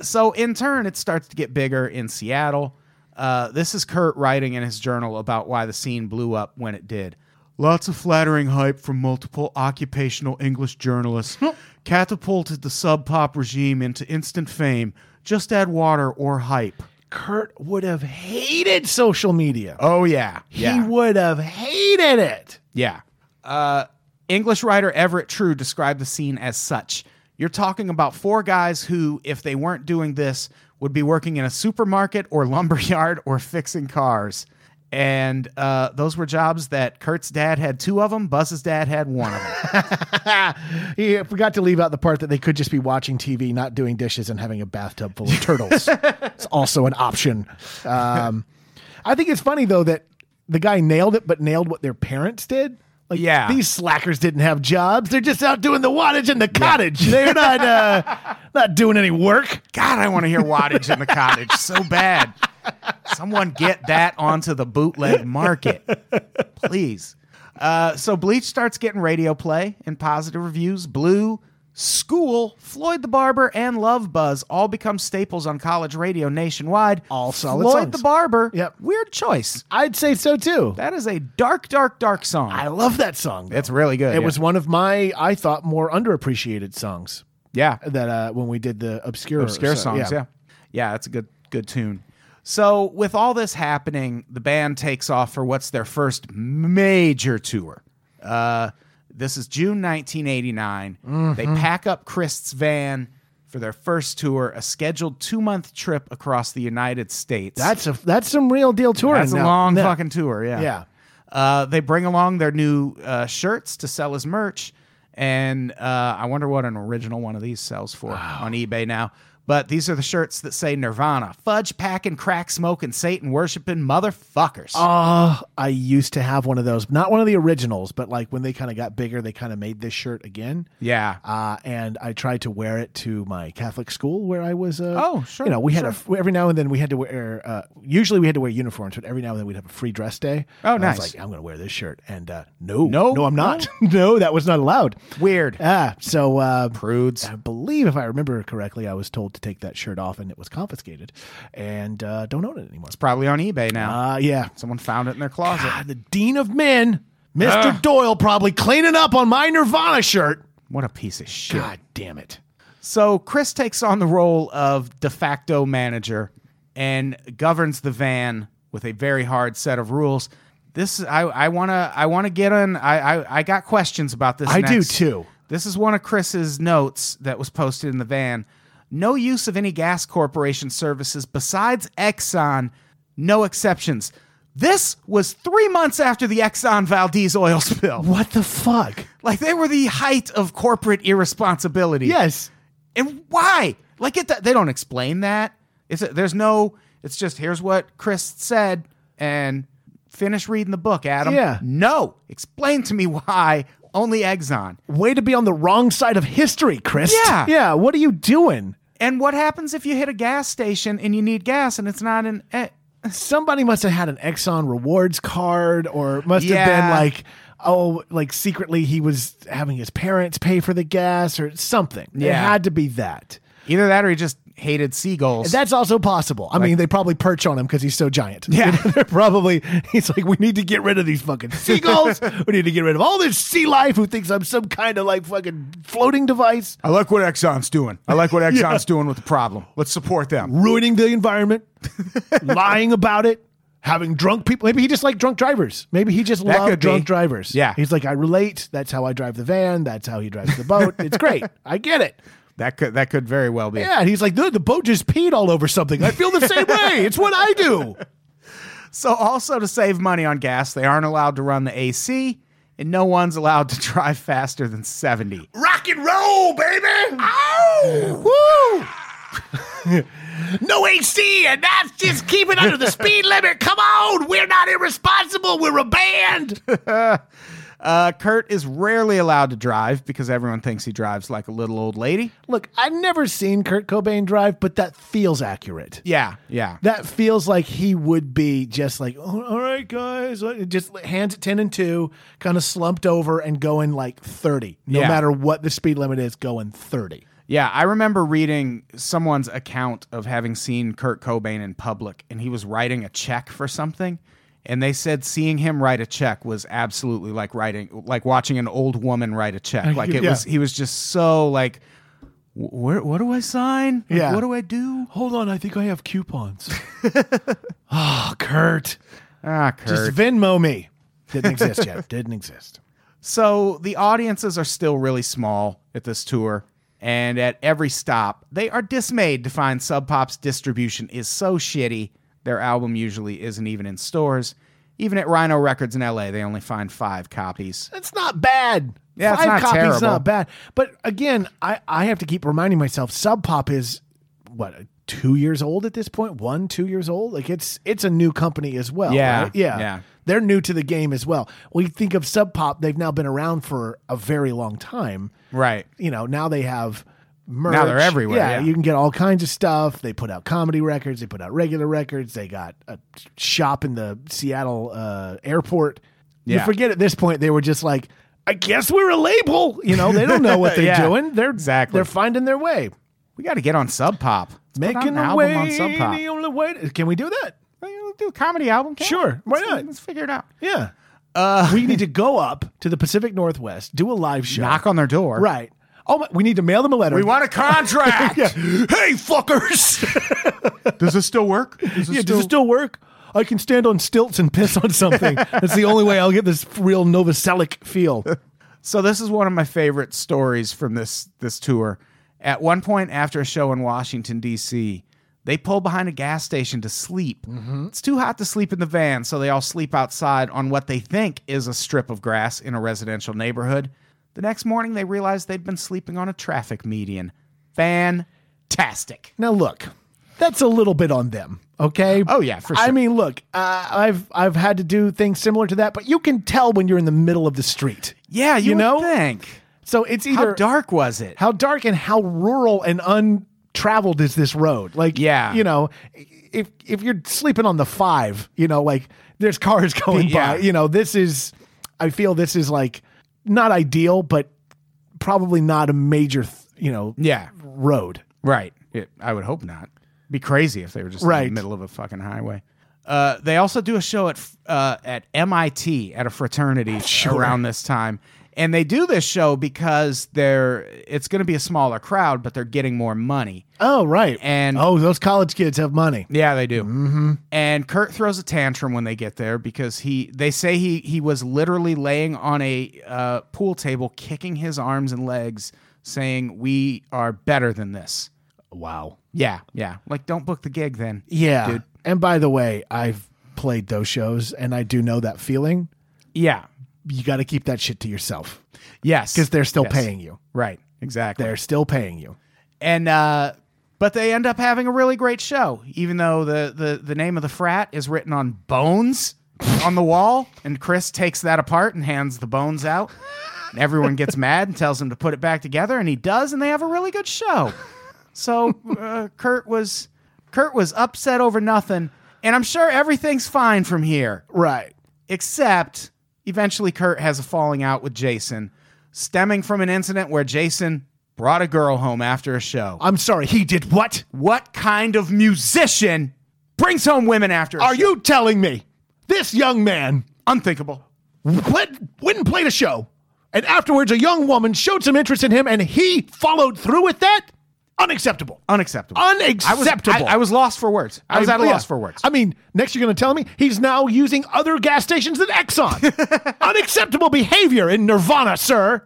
Speaker 2: so in turn, it starts to get bigger in Seattle. Uh, this is Kurt writing in his journal about why the scene blew up when it did. Lots of flattering hype from multiple occupational English journalists catapulted the sub pop regime into instant fame. Just add water or hype.
Speaker 3: Kurt would have hated social media.
Speaker 2: Oh yeah,
Speaker 3: He would have hated it.
Speaker 2: Yeah. Uh, English writer Everett True described the scene as such. You're talking about four guys who, if they weren't doing this, would be working in a supermarket or lumberyard or fixing cars. And uh, those were jobs that Kurt's dad had two of them, Buzz's dad had one of them.
Speaker 3: He forgot to leave out the part that they could just be watching TV, not doing dishes, and having a bathtub full of turtles. it's also an option. Um, I think it's funny though that the guy nailed it, but nailed what their parents did. Like,
Speaker 2: Yeah.
Speaker 3: these slackers didn't have jobs; they're just out doing the wattage in the cottage. They're not uh, not doing any work.
Speaker 2: God, I want to hear Wattage in the Cottage so bad. Someone get that onto the bootleg market, please. Uh, so Bleach starts getting radio play and positive reviews. Blue, School, Floyd the Barber, and Love Buzz all become staples on college radio nationwide.
Speaker 3: All solid
Speaker 2: Floyd
Speaker 3: songs.
Speaker 2: the Barber.
Speaker 3: Yep.
Speaker 2: Weird choice.
Speaker 3: I'd say so too.
Speaker 2: That is a dark, dark, dark song.
Speaker 3: I love that song. though.
Speaker 2: it's really good.
Speaker 3: it
Speaker 2: yeah.
Speaker 3: was one of my, I thought, more underappreciated songs
Speaker 2: yeah.
Speaker 3: that uh, when we did the obscure
Speaker 2: obscure
Speaker 3: so,
Speaker 2: songs. Yeah. yeah, that's a good good tune. So with all this happening, the band takes off for what's their first major tour. Uh, this is June 1989. They pack up Christ's van for their first tour, a scheduled two month trip across the United States.
Speaker 3: That's a that's some real deal touring.
Speaker 2: That's a
Speaker 3: now.
Speaker 2: long
Speaker 3: Now-
Speaker 2: fucking tour. Yeah.
Speaker 3: Yeah.
Speaker 2: Uh, they bring along their new uh, shirts to sell as merch, and uh, I wonder what an original one of these sells for on eBay now. But these are the shirts that say Nirvana, fudge packing, crack smoking, Satan worshiping motherfuckers.
Speaker 3: Uh, I used to have one of those, not one of the originals, but like when they kind of got bigger, they kind of made this shirt again.
Speaker 2: yeah,
Speaker 3: Uh, and I tried to wear it to my Catholic school where I was. Uh,
Speaker 2: Oh, sure,
Speaker 3: You know, we had a every now and then we had to wear. Uh, usually we had to wear uniforms, but every now and then we'd have a free dress day.
Speaker 2: Oh,
Speaker 3: And I was
Speaker 2: nice.
Speaker 3: like I'm going to wear this shirt, and uh, no,
Speaker 2: No,
Speaker 3: no, I'm not. No, that was not allowed.
Speaker 2: weird.
Speaker 3: Ah, so uh,
Speaker 2: Prudes.
Speaker 3: I believe, if I remember correctly, I was told to take that shirt off, and it was confiscated, and uh, don't own it anymore.
Speaker 2: Probably on eBay now.
Speaker 3: Uh, yeah,
Speaker 2: Someone found it in their closet.
Speaker 3: God, the dean of men, Mister
Speaker 2: Ah.
Speaker 3: Doyle, probably cleaning up on my Nirvana shirt.
Speaker 2: What a piece of shit.
Speaker 3: God damn it!
Speaker 2: So Chris takes on the role of de facto manager and governs the van with a very hard set of rules. This I I wanna I wanna get in. I I, I got questions about this.
Speaker 3: I do
Speaker 2: next.
Speaker 3: too.
Speaker 2: This is one of Chris's notes that was posted in the van. No use of any gas corporation services besides Exxon. No exceptions. This was three months after the Exxon Valdez oil spill.
Speaker 3: What the fuck?
Speaker 2: Like they were the height of corporate irresponsibility.
Speaker 3: Yes.
Speaker 2: And why? Like it, they don't explain that. It's there's no. It's just here's what Chris said, and finish reading the book, Adam.
Speaker 3: Yeah.
Speaker 2: No, explain to me why only Exxon.
Speaker 3: Way to be on the wrong side of history, Chris.
Speaker 2: Yeah.
Speaker 3: Yeah. What are you doing?
Speaker 2: And what happens if you hit a gas station and you need gas and it's not an? eh,
Speaker 3: Somebody must have had an Exxon rewards card or must have been
Speaker 2: Yeah.
Speaker 3: like, oh, like secretly he was having his parents pay for the gas or something. It
Speaker 2: Yeah.
Speaker 3: had to be that.
Speaker 2: Either that or he just hated seagulls.
Speaker 3: That's also possible. I mean, they probably perch on him because he's so giant. Yeah. They're probably, he's like, we need to get rid of these fucking seagulls. we need to get rid of all this sea life who thinks I'm some kind of like fucking floating device,
Speaker 2: I like what Exxon's doing. I like what Exxon's doing with the problem. Let's support them.
Speaker 3: ruining the environment, lying about it, having drunk people. Maybe he just liked drunk drivers. Maybe he just
Speaker 2: That
Speaker 3: loved
Speaker 2: could be.
Speaker 3: drunk drivers.
Speaker 2: Yeah.
Speaker 3: He's like, I relate. That's how I drive the van. That's how he drives the boat. It's great. I get it.
Speaker 2: That could that could very well be.
Speaker 3: Yeah. And he's like, dude, the boat just peed all over something. I feel the same way. It's what I do.
Speaker 2: So also to save money on gas, they aren't allowed to run the AC, and no one's allowed to drive faster than 70.
Speaker 3: Rock and roll, baby! Ow! Woo! Oh! no AC, and that's just keep it under the speed limit. Come on, we're not irresponsible. We're a band.
Speaker 2: Uh, Kurt is rarely allowed to drive because everyone thinks he drives like a little old lady.
Speaker 3: Look, I've never seen Kurt Cobain drive, but that feels accurate.
Speaker 2: Yeah, yeah.
Speaker 3: That feels like he would be just like, "Oh, all right, guys, uh," just hands at 10 and 2, kind of slumped over and going like 30, no
Speaker 2: Yeah.
Speaker 3: matter what the speed limit is, going 30.
Speaker 2: Yeah, I remember reading someone's account of having seen Kurt Cobain in public, and he was writing a check for something. And they said seeing him write a check was absolutely like writing, like watching an old woman write a check. Like it
Speaker 3: Yeah.
Speaker 2: was, he was just so like, "Wh- where, what do I sign? Like,
Speaker 3: Yeah.
Speaker 2: What do I do?
Speaker 3: Hold on, I think I have coupons. oh, Kurt.
Speaker 2: Ah, Kurt.
Speaker 3: Just Venmo me. Didn't exist yet. Didn't exist.
Speaker 2: So the audiences are still really small at this tour, and at every stop, they are dismayed to find Sub Pop's distribution is so shitty. Their album usually isn't even in stores. Even at Rhino Records in LA, they only find five copies.
Speaker 3: That's not bad.
Speaker 2: Yeah, it's
Speaker 3: Five
Speaker 2: not
Speaker 3: copies
Speaker 2: terrible.
Speaker 3: not bad. But again, I, I have to keep reminding myself Sub Pop is what two years old at this point? One, two years old? Like it's it's a new company as well.
Speaker 2: Yeah,
Speaker 3: right? Yeah.
Speaker 2: yeah.
Speaker 3: They're new to the game as well. We think of Sub Pop, they've now been around for a very long time.
Speaker 2: Right.
Speaker 3: you know, now they have merch.
Speaker 2: they're everywhere, yeah.
Speaker 3: you can get all kinds of stuff. They put out comedy records. They put out regular records. They got a shop in the Seattle uh, airport. You
Speaker 2: Yeah.
Speaker 3: forget at this point they were just like, I guess we're a label. You know, they don't know what they're
Speaker 2: Yeah,
Speaker 3: doing. They're
Speaker 2: exactly.
Speaker 3: they're finding their way,
Speaker 2: We got to get on Sub Pop. Let's put out
Speaker 3: making
Speaker 2: an
Speaker 3: their
Speaker 2: album
Speaker 3: way.
Speaker 2: on Sub Pop.
Speaker 3: The only way. to- Can we do that?
Speaker 2: We'll do a comedy album. can't
Speaker 3: Sure,
Speaker 2: we?
Speaker 3: why
Speaker 2: Let's-
Speaker 3: not?
Speaker 2: Let's figure it out.
Speaker 3: Yeah.
Speaker 2: Uh,
Speaker 3: we need to go up to the Pacific Northwest, do a live show.
Speaker 2: Knock on their door.
Speaker 3: Right. Oh, my, we need to mail them a letter.
Speaker 2: We want a contract.
Speaker 3: Yeah. Hey, fuckers.
Speaker 2: Does this still work? Does
Speaker 3: yeah, does it still work? I can stand on stilts and piss on something. That's the only way I'll get this real Novoselic feel.
Speaker 2: So this is one of my favorite stories from this this tour. At one point after a show in Washington D.C., they pull behind a gas station to sleep.
Speaker 3: Mm-hmm.
Speaker 2: It's too hot to sleep in the van, so they all sleep outside on what they think is a strip of grass in a residential neighborhood. The next morning, they realize they'd been sleeping on a traffic median. Fantastic.
Speaker 3: Now look, that's a little bit on them, okay?
Speaker 2: Oh, yeah, for sure.
Speaker 3: I mean, look, uh, I've I've had to do things similar to that, but you can tell when you're in the middle of the street.
Speaker 2: Yeah, you,
Speaker 3: You
Speaker 2: would
Speaker 3: know?
Speaker 2: think.
Speaker 3: So it's either
Speaker 2: How dark was it?
Speaker 3: how dark and how rural and untraveled is this road? Like,
Speaker 2: Yeah.
Speaker 3: you know, if if you're sleeping on the five, you know, like there's cars going
Speaker 2: Yeah.
Speaker 3: by. You know, this is. I feel this is like not ideal, but probably not a major, th- you know,
Speaker 2: yeah,
Speaker 3: road.
Speaker 2: Right. It, I would hope not. Be crazy if they were just in
Speaker 3: Right.
Speaker 2: the middle of a fucking highway. Uh, they also do a show at f- uh, at MIT at a fraternity around this time, and they do this show because they're it's going to be a smaller crowd, but they're getting more money.
Speaker 3: Oh, right.
Speaker 2: And-
Speaker 3: oh, those college kids have money.
Speaker 2: Yeah, they do. Mm-hmm. And Kurt throws a tantrum when they get there because he they say he he was literally laying on a uh, pool table, kicking his arms and legs, saying, "We are better than this."
Speaker 3: Wow.
Speaker 2: Yeah, yeah. Like, don't book the gig then.
Speaker 3: Yeah.
Speaker 2: dude.
Speaker 3: And by the way, I've played those shows and I do know that feeling.
Speaker 2: Yeah.
Speaker 3: You got to keep that shit to yourself
Speaker 2: Yes.
Speaker 3: because they're still
Speaker 2: Yes.
Speaker 3: paying you.
Speaker 2: Right. Exactly.
Speaker 3: They're still paying you.
Speaker 2: And uh but they end up having a really great show, even though the the, the name of the frat is written on bones on the wall, and Chris takes that apart and hands the bones out. And everyone gets mad and tells him to put it back together, and he does, and they have a really good show. So uh, Kurt was Kurt was upset over nothing, and I'm sure everything's fine from here.
Speaker 3: Right.
Speaker 2: except eventually Kurt has a falling out with Jason, stemming from an incident where Jason brought a girl home after a show.
Speaker 3: I'm sorry, he did what?
Speaker 2: What kind of musician brings home women after a
Speaker 3: Are
Speaker 2: show?
Speaker 3: you telling me this young man
Speaker 2: unthinkable?
Speaker 3: went, went and played a show, and afterwards a young woman showed some interest in him, and he followed through with that? Unacceptable.
Speaker 2: Unacceptable. I was,
Speaker 3: Unacceptable.
Speaker 2: I, I was lost for words. I was at a
Speaker 3: yeah.
Speaker 2: loss for words.
Speaker 3: I mean, next you're going to tell me he's now using other gas stations than Exxon. Unacceptable behavior in Nirvana, sir.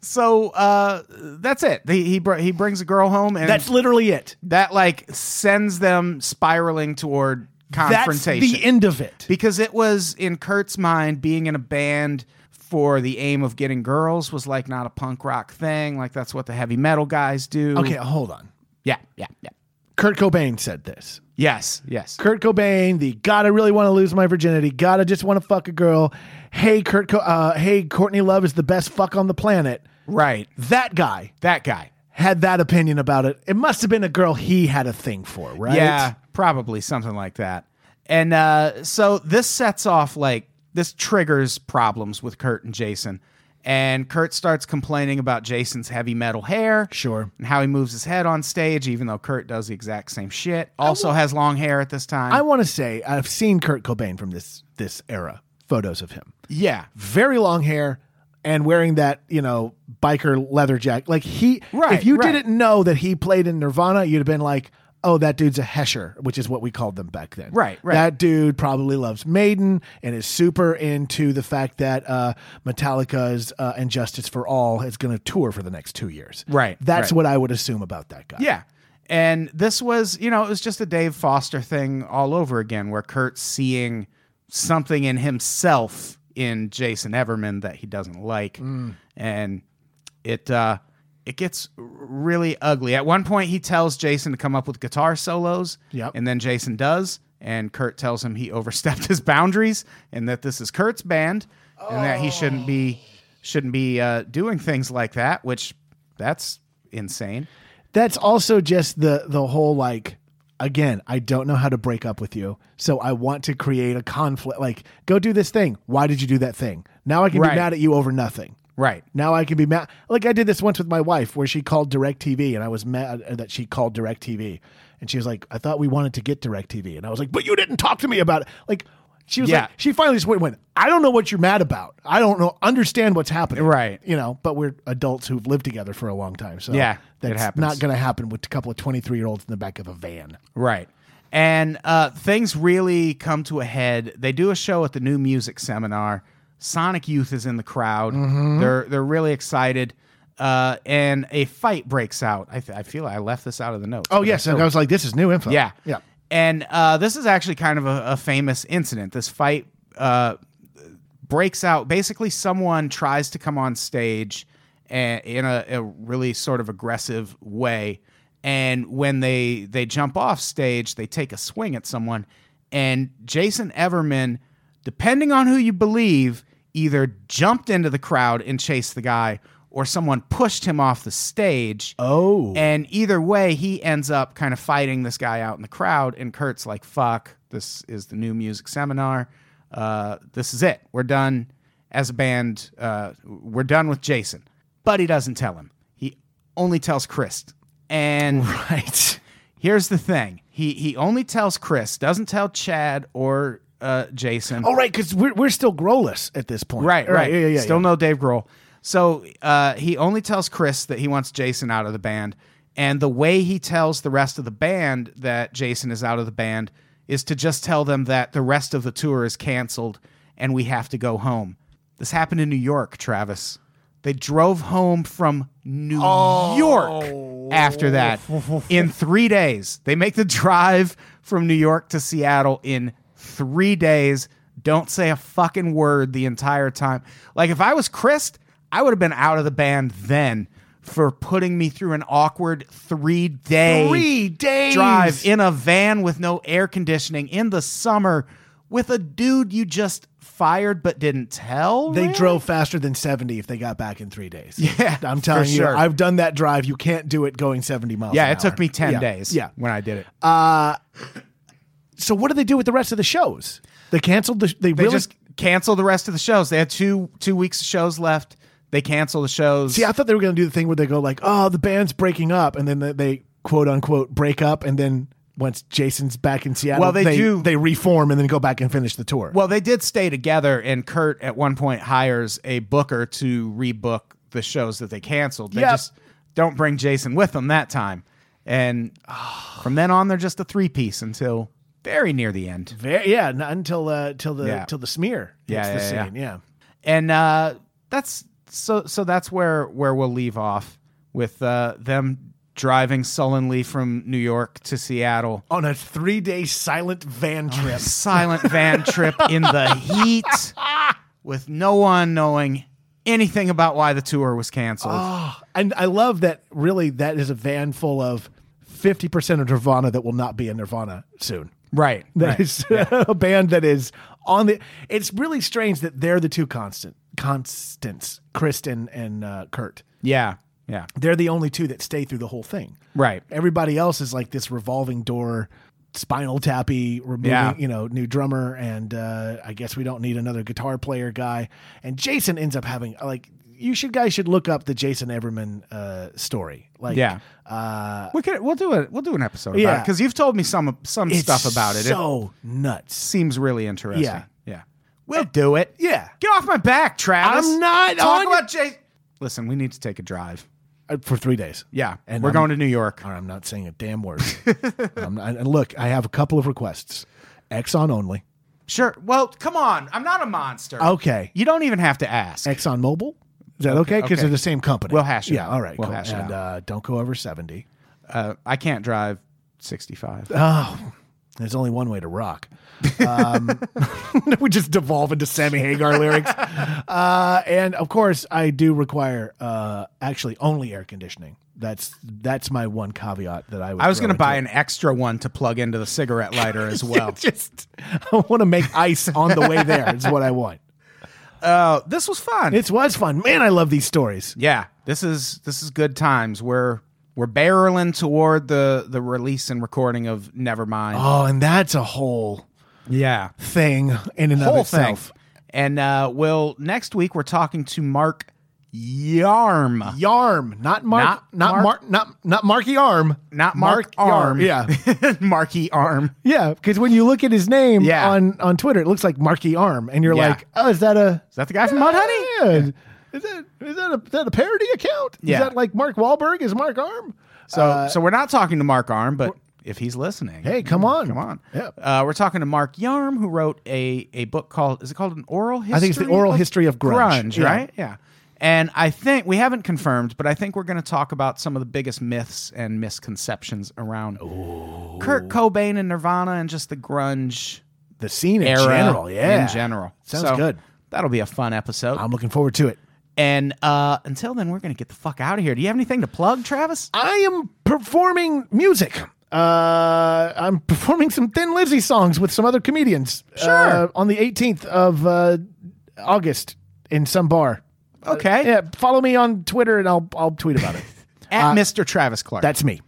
Speaker 2: so uh, that's it. He he, br- he brings a girl home, and
Speaker 3: That's literally it.
Speaker 2: that like sends them spiraling toward
Speaker 3: That's
Speaker 2: confrontation.
Speaker 3: the end of it.
Speaker 2: because it was in Kurt's mind being in a band for the aim of getting girls was like not a punk rock thing like that's what the heavy metal guys do
Speaker 3: Okay, hold on.
Speaker 2: yeah yeah yeah
Speaker 3: Kurt Cobain said this.
Speaker 2: yes yes
Speaker 3: Kurt Cobain, the God, I really want to lose my virginity. God, I just want to fuck a girl. Hey, Kurt. Co- uh, hey, Courtney Love is the best fuck on the planet.
Speaker 2: right
Speaker 3: That guy
Speaker 2: that guy
Speaker 3: had that opinion about it. It must have been a girl he had a thing for, right?
Speaker 2: yeah probably something like that and uh, so this sets off like this triggers problems with Kurt and Jason and Kurt starts complaining about Jason's heavy metal hair
Speaker 3: Sure.
Speaker 2: and how he moves his head on stage even though Kurt does the exact same shit also has long hair at this time
Speaker 3: I want to say I've seen Kurt Cobain from this this era. Photos of him,
Speaker 2: yeah
Speaker 3: very long hair, and wearing that you know biker leather jacket. Like he,
Speaker 2: Right,
Speaker 3: if you
Speaker 2: right.
Speaker 3: didn't know that he played in Nirvana, you'd have been like, "Oh, that dude's a Hesher," which is what we called them back then.
Speaker 2: Right, right.
Speaker 3: That dude probably loves Maiden and is super into the fact that uh, Metallica's uh, "And Justice for All" is going to tour for the next two years.
Speaker 2: Right,
Speaker 3: That's
Speaker 2: right.
Speaker 3: what I would assume about that guy.
Speaker 2: Yeah. And this was, you know, it was just a Dave Foster thing all over again, where Kurt's seeing something in himself in Jason Everman that he doesn't like. And it uh it gets r- really ugly. At one point he tells Jason to come up with guitar solos.
Speaker 3: Yep.
Speaker 2: And then Jason does, and Kurt tells him he overstepped his boundaries and that this is Kurt's band and that he shouldn't be shouldn't be uh, doing things like that, which that's insane.
Speaker 3: that's also just the the whole like again, I don't know how to break up with you. So I want to create a conflict. Like, go do this thing. Why did you do that thing? Now I can
Speaker 2: Right.
Speaker 3: be mad at you over nothing.
Speaker 2: Right.
Speaker 3: Now I can be mad. Like I did this once with my wife where she called DirecTV and I was mad uh, that she called DirecTV. And she was like, I thought we wanted to get DirecTV. And I was like, but you didn't talk to me about it. Like, she was
Speaker 2: Yeah.
Speaker 3: like, she finally just went, went, I don't know what you're mad about. I don't know, understand what's happening.
Speaker 2: Right.
Speaker 3: You know, but we're adults who've lived together for a long time. So
Speaker 2: Yeah, it
Speaker 3: that's
Speaker 2: happens.
Speaker 3: not going to happen with a couple of 23 year olds in the back of a van.
Speaker 2: Right. And uh, things really come to a head. They do a show at the New Music Seminar. Sonic Youth is in the crowd.
Speaker 3: Mm-hmm.
Speaker 2: They're they're really excited. Uh, and a fight breaks out. I, th- I feel I left this out of the notes.
Speaker 3: Oh,
Speaker 2: but I
Speaker 3: yes.
Speaker 2: feel
Speaker 3: And I was like, this is new info.
Speaker 2: yeah.
Speaker 3: Yeah.
Speaker 2: And uh, this is actually kind of a, a famous incident. This fight uh, breaks out. Basically, someone tries to come on stage a- in a, a really sort of aggressive way. And when they, they jump off stage, they take a swing at someone. And Jason Everman, depending on who you believe, either jumped into the crowd and chased the guy or someone pushed him off the stage.
Speaker 3: Oh.
Speaker 2: And either way, he ends up kind of fighting this guy out in the crowd. And Kurt's like, fuck, this is the new music seminar. Uh, this is it. We're done as a band. Uh, we're done with Jason. But he doesn't tell him, he only tells Chris. And
Speaker 3: Right.
Speaker 2: here's the thing he, he only tells Chris, doesn't tell Chad or uh, Jason.
Speaker 3: Oh, right. Because we're, we're still growless at this point.
Speaker 2: Right, right.
Speaker 3: Yeah, yeah, yeah.
Speaker 2: Still
Speaker 3: yeah.
Speaker 2: no Dave Grohl. So uh, he only tells Chris that he wants Jason out of the band. And the way he tells the rest of the band that Jason is out of the band is to just tell them that the rest of the tour is canceled and we have to go home. This happened in New York, Travis. They drove home from New
Speaker 3: Oh.
Speaker 2: York after that in three days. They make the drive from New York to Seattle in three days. Don't say a fucking word the entire time. Like if I was Chris, I would have been out of the band then for putting me through an awkward three day
Speaker 3: Three days.
Speaker 2: drive in a van with no air conditioning in the summer with a dude you just fired but didn't tell.
Speaker 3: They
Speaker 2: really?
Speaker 3: drove faster than 70 if they got back in three days.
Speaker 2: Yeah,
Speaker 3: I'm telling
Speaker 2: for
Speaker 3: you,
Speaker 2: sure.
Speaker 3: I've done that drive. You can't do it going 70 miles.
Speaker 2: Yeah,
Speaker 3: an
Speaker 2: it took
Speaker 3: hour.
Speaker 2: me ten
Speaker 3: Yeah,
Speaker 2: days.
Speaker 3: Yeah.
Speaker 2: when I did it,
Speaker 3: So what do they do with the rest of the shows? They canceled the. They,
Speaker 2: they
Speaker 3: really.
Speaker 2: just canceled the rest of the shows. They had two two weeks of shows left. They canceled the shows.
Speaker 3: See, I thought they were going to do the thing where they go like, "Oh, the band's breaking up," and then they, they quote unquote break up, and then once Jason's back in Seattle,
Speaker 2: Well, they do-
Speaker 3: They reform and then go back and finish the tour.
Speaker 2: Well, they did stay together, and Kurt at one point hires a booker to rebook the shows that they canceled. They
Speaker 3: Yep.
Speaker 2: just don't bring Jason with them that time. And from then on, they're just a three piece until very near the end.
Speaker 3: Ve- yeah, not until uh, till the
Speaker 2: Yeah.
Speaker 3: till the smear
Speaker 2: Yeah,
Speaker 3: hits
Speaker 2: yeah,
Speaker 3: the scene. Yeah.
Speaker 2: And uh, that's so. So that's where where we'll leave off with uh, them driving sullenly from New York to Seattle.
Speaker 3: on a three day silent
Speaker 2: Oh,
Speaker 3: van trip.
Speaker 2: silent van trip in the heat with no one knowing anything about why the tour was canceled.
Speaker 3: Oh, and I love that. Really, that is a van full of fifty percent of Nirvana that will not be in Nirvana soon.
Speaker 2: right.
Speaker 3: That
Speaker 2: right.
Speaker 3: is a band that is on the. It's really strange that they're the two constant constants, Kristen and uh, Kurt.
Speaker 2: yeah. Yeah.
Speaker 3: They're the only two that stay through the whole thing.
Speaker 2: Right.
Speaker 3: Everybody else is like this revolving door, spinal tappy, removing,
Speaker 2: Yeah.
Speaker 3: you know, new drummer, and uh, I guess we don't need another guitar player guy. And Jason ends up having like you should guys should look up the Jason Everman uh, story. Like,
Speaker 2: Yeah.
Speaker 3: uh,
Speaker 2: We could we'll do it. We'll do an episode about
Speaker 3: Yeah.
Speaker 2: it cuz you've told me some some
Speaker 3: it's
Speaker 2: stuff about it. it
Speaker 3: So nuts.
Speaker 2: seems really interesting.
Speaker 3: Yeah.
Speaker 2: Yeah. We'll do it.
Speaker 3: Yeah.
Speaker 2: Get off my back, Travis.
Speaker 3: I'm not
Speaker 2: Talk
Speaker 3: on
Speaker 2: about Jay. Listen, we need to take a drive.
Speaker 3: Uh, For three days.
Speaker 2: Yeah.
Speaker 3: And
Speaker 2: we're
Speaker 3: I'm-
Speaker 2: going to New York.
Speaker 3: Or I'm not saying a damn word. I'm not- and look, I have a couple of requests. Exxon only.
Speaker 2: Sure. Well, come on. I'm not a monster.
Speaker 3: Okay.
Speaker 2: You don't even have to ask.
Speaker 3: Exxon Mobil. Is that okay? Because
Speaker 2: okay.
Speaker 3: they're the same company.
Speaker 2: We'll hash it
Speaker 3: Yeah.
Speaker 2: out.
Speaker 3: All right.
Speaker 2: We'll
Speaker 3: cool.
Speaker 2: hash it
Speaker 3: and Uh, don't go over 70.
Speaker 2: Uh, I can't drive 65.
Speaker 3: Oh, there's only one way to rock. Um, we just devolve into Sammy Hagar lyrics. Uh, and of course, I do require uh, actually only air conditioning. That's that's my one caveat that I would
Speaker 2: I was
Speaker 3: throw
Speaker 2: going to
Speaker 3: into
Speaker 2: buy
Speaker 3: it.
Speaker 2: an extra one to plug into the cigarette lighter as well.
Speaker 3: just I want to make ice on the way there. Is what I want.
Speaker 2: Uh, this was fun.
Speaker 3: It was fun, man. I love these stories.
Speaker 2: yeah, this is this is good times. We're we're barreling toward the the release and recording of Nevermind.
Speaker 3: Oh, and that's a whole
Speaker 2: yeah,
Speaker 3: thing in and of
Speaker 2: whole thing.
Speaker 3: itself.
Speaker 2: And uh, we'll next week we're talking to Mark Yarm.
Speaker 3: Yarm, not Mark,
Speaker 2: Not
Speaker 3: not,
Speaker 2: Mark-
Speaker 3: Mark, not not Marky Arm,
Speaker 2: Not Mark, Arm.
Speaker 3: Yeah,
Speaker 2: Marky Arm.
Speaker 3: yeah. Because when you look at his name
Speaker 2: Yeah.
Speaker 3: on on Twitter, it looks like Marky Arm, and you're
Speaker 2: Yeah.
Speaker 3: like, oh, is that a
Speaker 2: Is that the guy from Mud Honey?
Speaker 3: Yeah. Is that is that a is that a parody account?
Speaker 2: Yeah.
Speaker 3: Is that like Mark Wahlberg is Mark Arm? Uh,
Speaker 2: So so we're not talking to Mark Arm, but if he's listening,
Speaker 3: Hey, come on,
Speaker 2: mm, come on.
Speaker 3: Yeah.
Speaker 2: Uh, we're talking to Mark Yarm, who wrote a a book called is it called an oral history?
Speaker 3: I think it's the Oral
Speaker 2: of-
Speaker 3: History of Grunge. Yeah.
Speaker 2: right? Yeah. And I think we haven't confirmed, but I think we're going to talk about some of the biggest myths and misconceptions around Kurt Cobain and Nirvana and just the grunge
Speaker 3: The scene in
Speaker 2: era
Speaker 3: general, yeah,
Speaker 2: in general.
Speaker 3: Sounds
Speaker 2: So
Speaker 3: good.
Speaker 2: That'll be a fun episode.
Speaker 3: I'm looking forward to it.
Speaker 2: and uh, until then, we're going to get the fuck out of here. Do you have anything to plug, Travis?
Speaker 3: I am performing music. Uh, I'm performing some Thin Lizzy songs with some other comedians.
Speaker 2: Sure.
Speaker 3: uh, on the 18th of uh, August in some bar.
Speaker 2: Okay.
Speaker 3: Yeah, follow me on Twitter and I'll I'll tweet about it. Uh,
Speaker 2: At Mr. Travis Clark.
Speaker 3: That's me.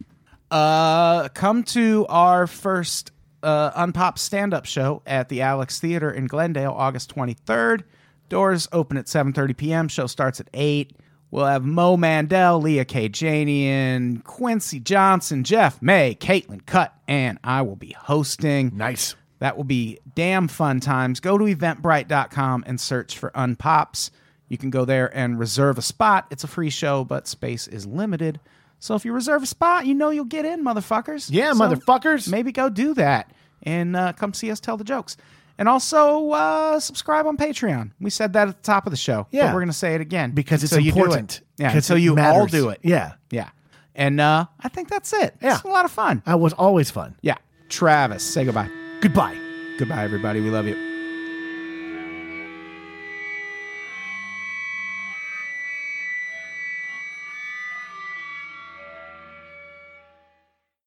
Speaker 2: Uh, come to our first uh, Unpop stand up show at the Alex Theater in Glendale, August 23rd. Doors open at 7.30 p.m. Show starts at 8. We'll have Mo Mandel, Leah K. Janian, Quincy Johnson, Jeff May, Caitlin Cutt, and I will be hosting.
Speaker 3: Nice.
Speaker 2: That will be damn fun times. Go to eventbrite.com and search for Unpops. You can go there and reserve a spot. It's a free show, but space is limited. So if you reserve a spot, you know you'll get in, motherfuckers.
Speaker 3: Yeah,
Speaker 2: So
Speaker 3: motherfuckers.
Speaker 2: Maybe go do that and uh, come see us tell the jokes. And also uh, subscribe on Patreon. We said that at the top of the show. But
Speaker 3: Yeah.
Speaker 2: we're going to say it again
Speaker 3: because it's
Speaker 2: until you do it.
Speaker 3: important.
Speaker 2: Yeah.
Speaker 3: 'Cause
Speaker 2: Until
Speaker 3: it
Speaker 2: you all
Speaker 3: matters.
Speaker 2: do it.
Speaker 3: Yeah.
Speaker 2: Yeah. And uh, I think that's it.
Speaker 3: Yeah. Uh,
Speaker 2: It's a lot of fun.
Speaker 3: That was always fun.
Speaker 2: Yeah. Travis, say goodbye.
Speaker 3: Goodbye.
Speaker 2: Goodbye, everybody. We love you.